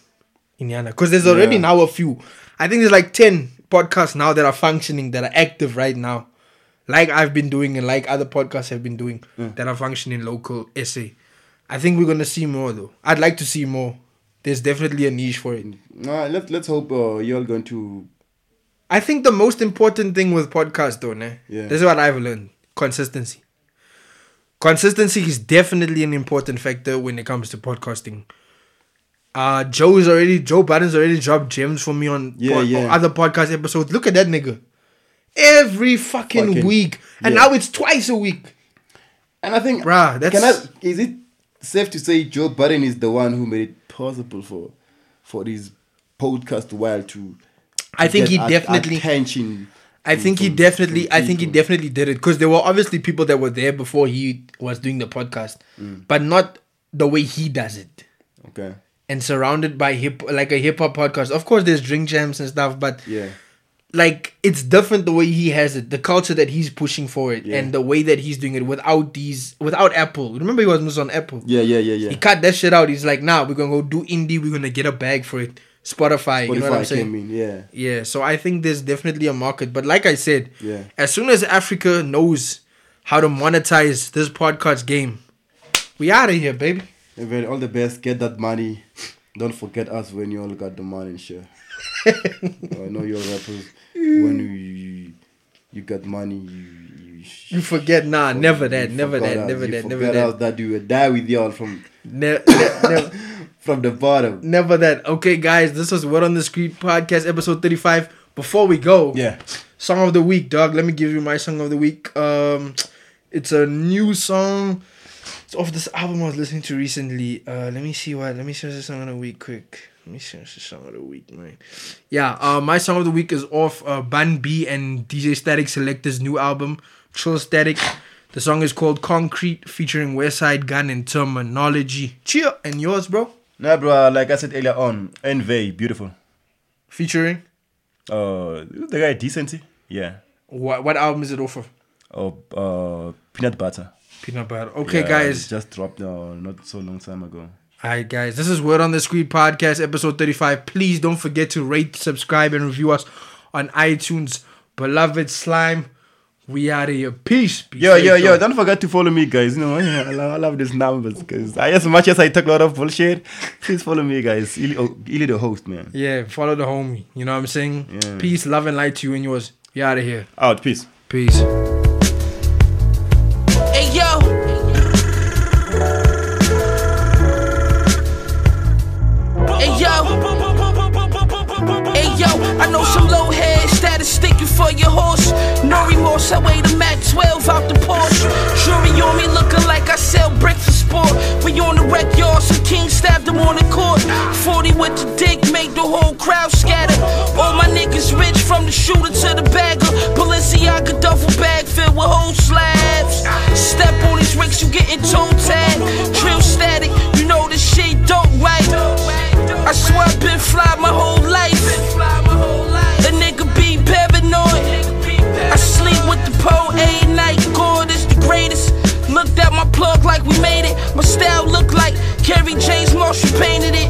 C: in Yana because there's already
B: Yeah.
C: now a few. I think there's like ten podcasts now that are functioning that are active right now, like I've been doing and like other podcasts have been doing that are functioning local SA. I think we're gonna see more though. I'd like to see more. There's definitely a niche for it.
B: nah, let, let's hope uh, you're all going to
C: I think the most important thing with podcast though, ne?
B: Yeah.
C: This is what I've learned. Consistency. Consistency is definitely an important factor when it comes to podcasting. Uh Joe's already Joe Biden's already dropped gems for me on
B: Yeah,
C: pod-
B: yeah.
C: other podcast episodes. Look at that nigga. Every fucking,
B: Fucking-
C: week. And
B: yeah.
C: now it's twice a week.
B: and i think
C: Bruh, that's-
B: can I, is it safe to say joe budden is the one who made it possible for for this podcast while to
C: I think
B: get
C: he
B: at-
C: definitely
B: attention
C: I think he
B: from-
C: definitely
B: from
C: I think he
B: people.
C: definitely did it because there were obviously people that were there before he was doing the podcast,
B: Mm.
C: but not the way he does it.
B: Okay.
C: And surrounded by hip like a hip hop podcast. Of course there's drink jams and stuff, but
B: Yeah.
C: like it's different the way he has it, the culture that he's pushing for it and the way that he's doing it without these without Apple. Remember he was most on Apple.
B: Yeah, yeah, yeah, yeah.
C: He cut that shit out. He's like, nah, we're gonna go do indie, we're gonna get a bag for it. Spotify, you know what I'm
B: Spotify
C: saying?
B: came in, yeah.
C: Yeah, so I think there's definitely a market. But like I said,
B: Yeah.
C: as soon as Africa knows how to monetize this podcast game, we out of here, baby.
B: And well, all the best. Get that money. *laughs* Don't forget us when you all got the money and *laughs* shit. I know you're rappers. When you, you got money, you, you,
C: You forget, nah, never that, never
B: forgot
C: that,
B: us.
C: never
B: Oh, You
C: that, never
B: forgot
C: that,
B: us that we would die with y'all from
C: ne- ne- *coughs* never,
B: from the bottom.
C: never that. Okay, guys, this was Word on the Street podcast, episode thirty-five. Before we go,
B: Yeah.
C: song of the week, dog. Let me give you my song of the week. Um, it's a new song. It's off this album I was listening to recently. Uh, let me see what. Let me search the song of the week quick. Let me search the song of the week, man. Yeah, uh, my song of the week is off uh, Ban B and DJ Static Selector's new album, Chill Static. The song is called Concrete, featuring Westside Gun and Terminology. Cheer and yours, bro.
B: Nah, bro. Like I said earlier on, Envy, beautiful.
C: Featuring
B: Uh, the guy decency. Yeah.
C: what? What album is it off of?
B: Oh, uh, peanut butter.
C: Peanut Butter. Okay,
B: Yeah,
C: guys.
B: it just dropped uh, not so long time ago.
C: All right, guys. This is Word on the Screen podcast, episode 35. Please don't forget to rate, subscribe, and review us on iTunes. Beloved slime, we out of here. Peace. Be
B: Yo,
C: safe,
B: yo, yo!
C: y'all.
B: Don't forget to follow me, guys. You know, *laughs* I love, I love these numbers because as much as I talk a lot of bullshit, please follow me, guys. Ili, oh, Ili the host, man.
C: Yeah, follow the homie. You know what I'm saying? Peace, love, and light to you and yours. We out of here.
B: Out, peace.
C: Peace.
G: Hey yo. Hey yo. Hey yo, I know some low head status sticking for your horse. No remorse, I weigh the Mac 12 out the Porsche. Jury on me looking like I sell brick for sport. We on the wreck yard, some king stabbed him on the court. 40 with the dick, make the whole crowd scatter. All my niggas rich from the shooter to the bagger. Balenciaga duffel bag filled with whole slabs. Step on these ricks, you getting toe tag. Trill static, you know this shit dope right. I swear I've been fly my whole life. A nigga be paranoid. I sleep with the pole a night. God is the greatest. Looked at my plug like we made it. My style look like Kerry James Marshall painted it.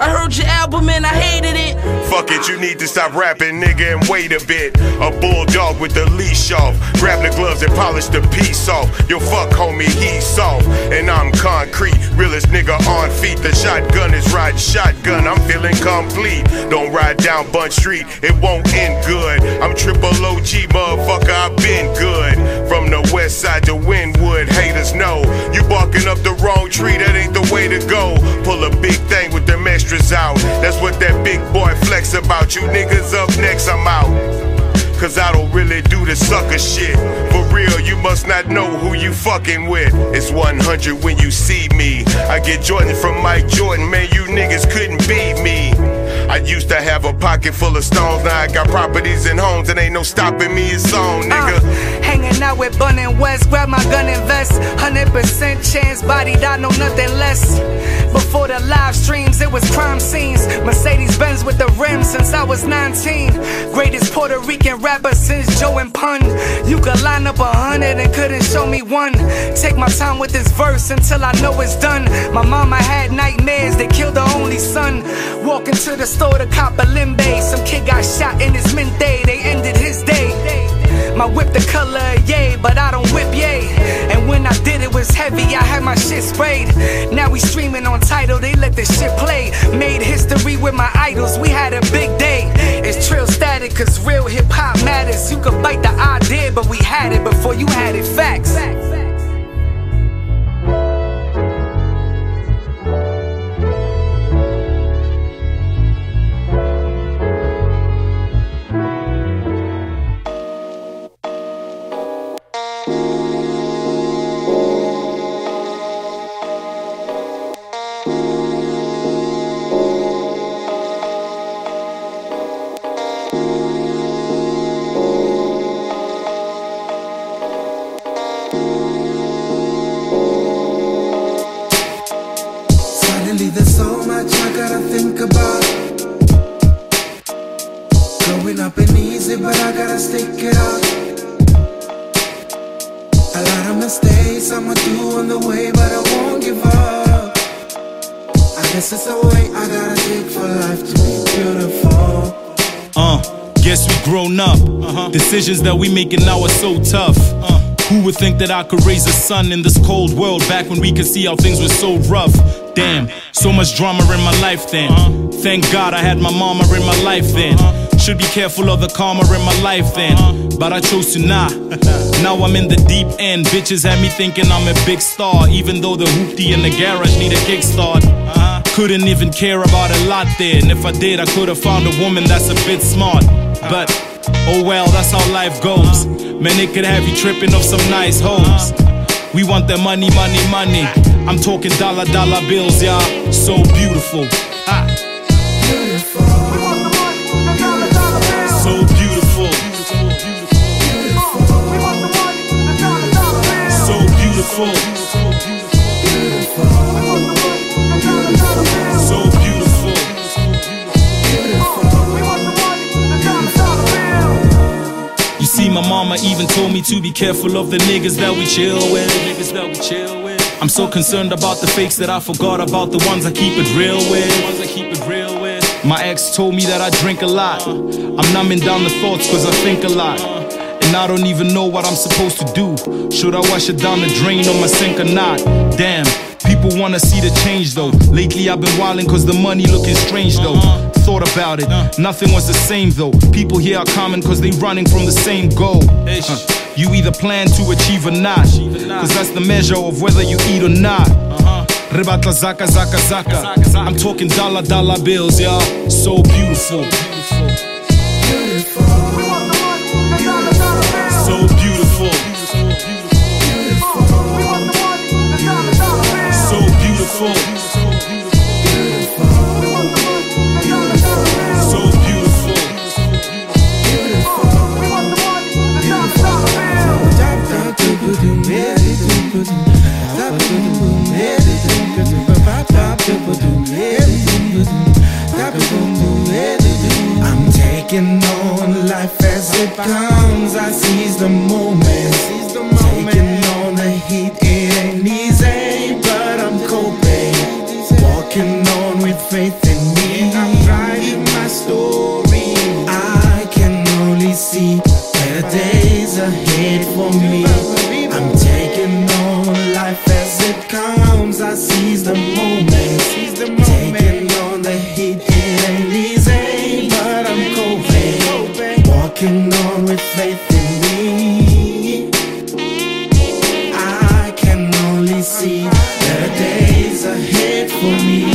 G: I heard your album and I hated it.
H: Fuck it, you need to stop rapping, nigga, and wait a bit. A bulldog with the leash off. Grab the gloves and polish the piece off. Yo, fuck, homie, he soft. And I'm concrete, realest nigga on feet. The shotgun is riding shotgun, I'm feeling complete. Don't ride down Bunch Street, it won't end good. I'm triple OG, motherfucker, I've been good. From the west side to Wynwood, haters know. You barking up the wrong tree, that ain't the way to go. Pull a big thing with the mistress out. That's what that big boy flex about. You niggas up next, I'm out. Cause I don't really do the sucker shit. For real, you must not know who you fucking with. It's 100 when you see me. I get Jordan from Mike Jordan, man, you niggas couldn't beat me. I used to have a pocket full of stones, now I got properties and homes, and ain't no stopping me, it's on, nigga.
I: Uh, hanging out with Bun and West, grab my gun and vest. 100% chance, bodied, I know nothing less. Before the live streams, it was crime scenes. Mercedes Benz with the rims since I was 19. Greatest Puerto Rican rapper since Joe and Pun. You could line up a hundred and couldn't show me one. Take my time with this verse until I know it's done. My mama had nightmares, they killed her only son. Walking to the store to cop a limbe. Some kid got shot in his mint day, they ended his day. My whip the color of yay, but I don't whip yay. And when I did, it was heavy, I had my shit sprayed. Now we streaming on title, they let this shit play. Made history with my idols, we had a big day. It's trill static, cause real hip hop matters. You could fight the idea, but we had it before you had it. Facts.
J: Suddenly there's so much I gotta think about. Growing up ain't easy, but I gotta stick it out. A lot of mistakes I'ma do on the way, but I won't give up. I guess it's the way I gotta take for life to be beautiful. Uh-huh.
K: Uh, guess we grown up. Decisions that we making now are so tough. Who would think that I could raise a son in this cold world back when we could see how things were so rough? Damn, so much drama in my life then. Thank God I had my mama in my life then.
I: Should be careful of the karma in my life then. But I chose to not. *laughs* now I'm in the deep end. Bitches had me thinking I'm a big star. Even though the hoopty in the garage need a kickstart. Couldn't even care about a lot there. And if I did, I could have found a woman that's a bit smart. But oh well, that's how life goes. Man, it could have you tripping off some nice hoes. We want that money, money, money. I'm talking dollar, dollar bills, y'all. So beautiful. Ah. So beautiful. So beautiful. So beautiful. You see, my mama even told me to be careful of the niggas that we chill with. Niggas that we chill with. I'm so concerned about the fakes that I forgot about the ones I keep it real with. Ones I keep it real with. My ex told me that I drink a lot. I'm numbing down the thoughts cause I think a lot. And I don't even know what I'm supposed to do. Should I wash it down the drain on my sink or not? Damn, people wanna see the change though. Lately I've been wildin' cause the money looking strange though thought about it. Nothing was the same though. People here are common cause they running from the same goal. Uh, you either plan to achieve or not. Cause that's the measure of whether you eat or not. Rebata zaka zaka zaka. I'm talking dollar dollar bills, y'all. So beautiful. So beautiful. So beautiful. So beautiful.
L: I'm taking on life as it comes. I seize the moment. Taking on the heat, it ain't easy, but I'm coping. Walking on with faith in me. I'm writing my story. I can only see better days ahead for me. I'm taking on life as it comes. I seize the moment. Taking on the heat, it ain't easy, but I'm coping. Walking on with faith in me. I can only see better days ahead for me.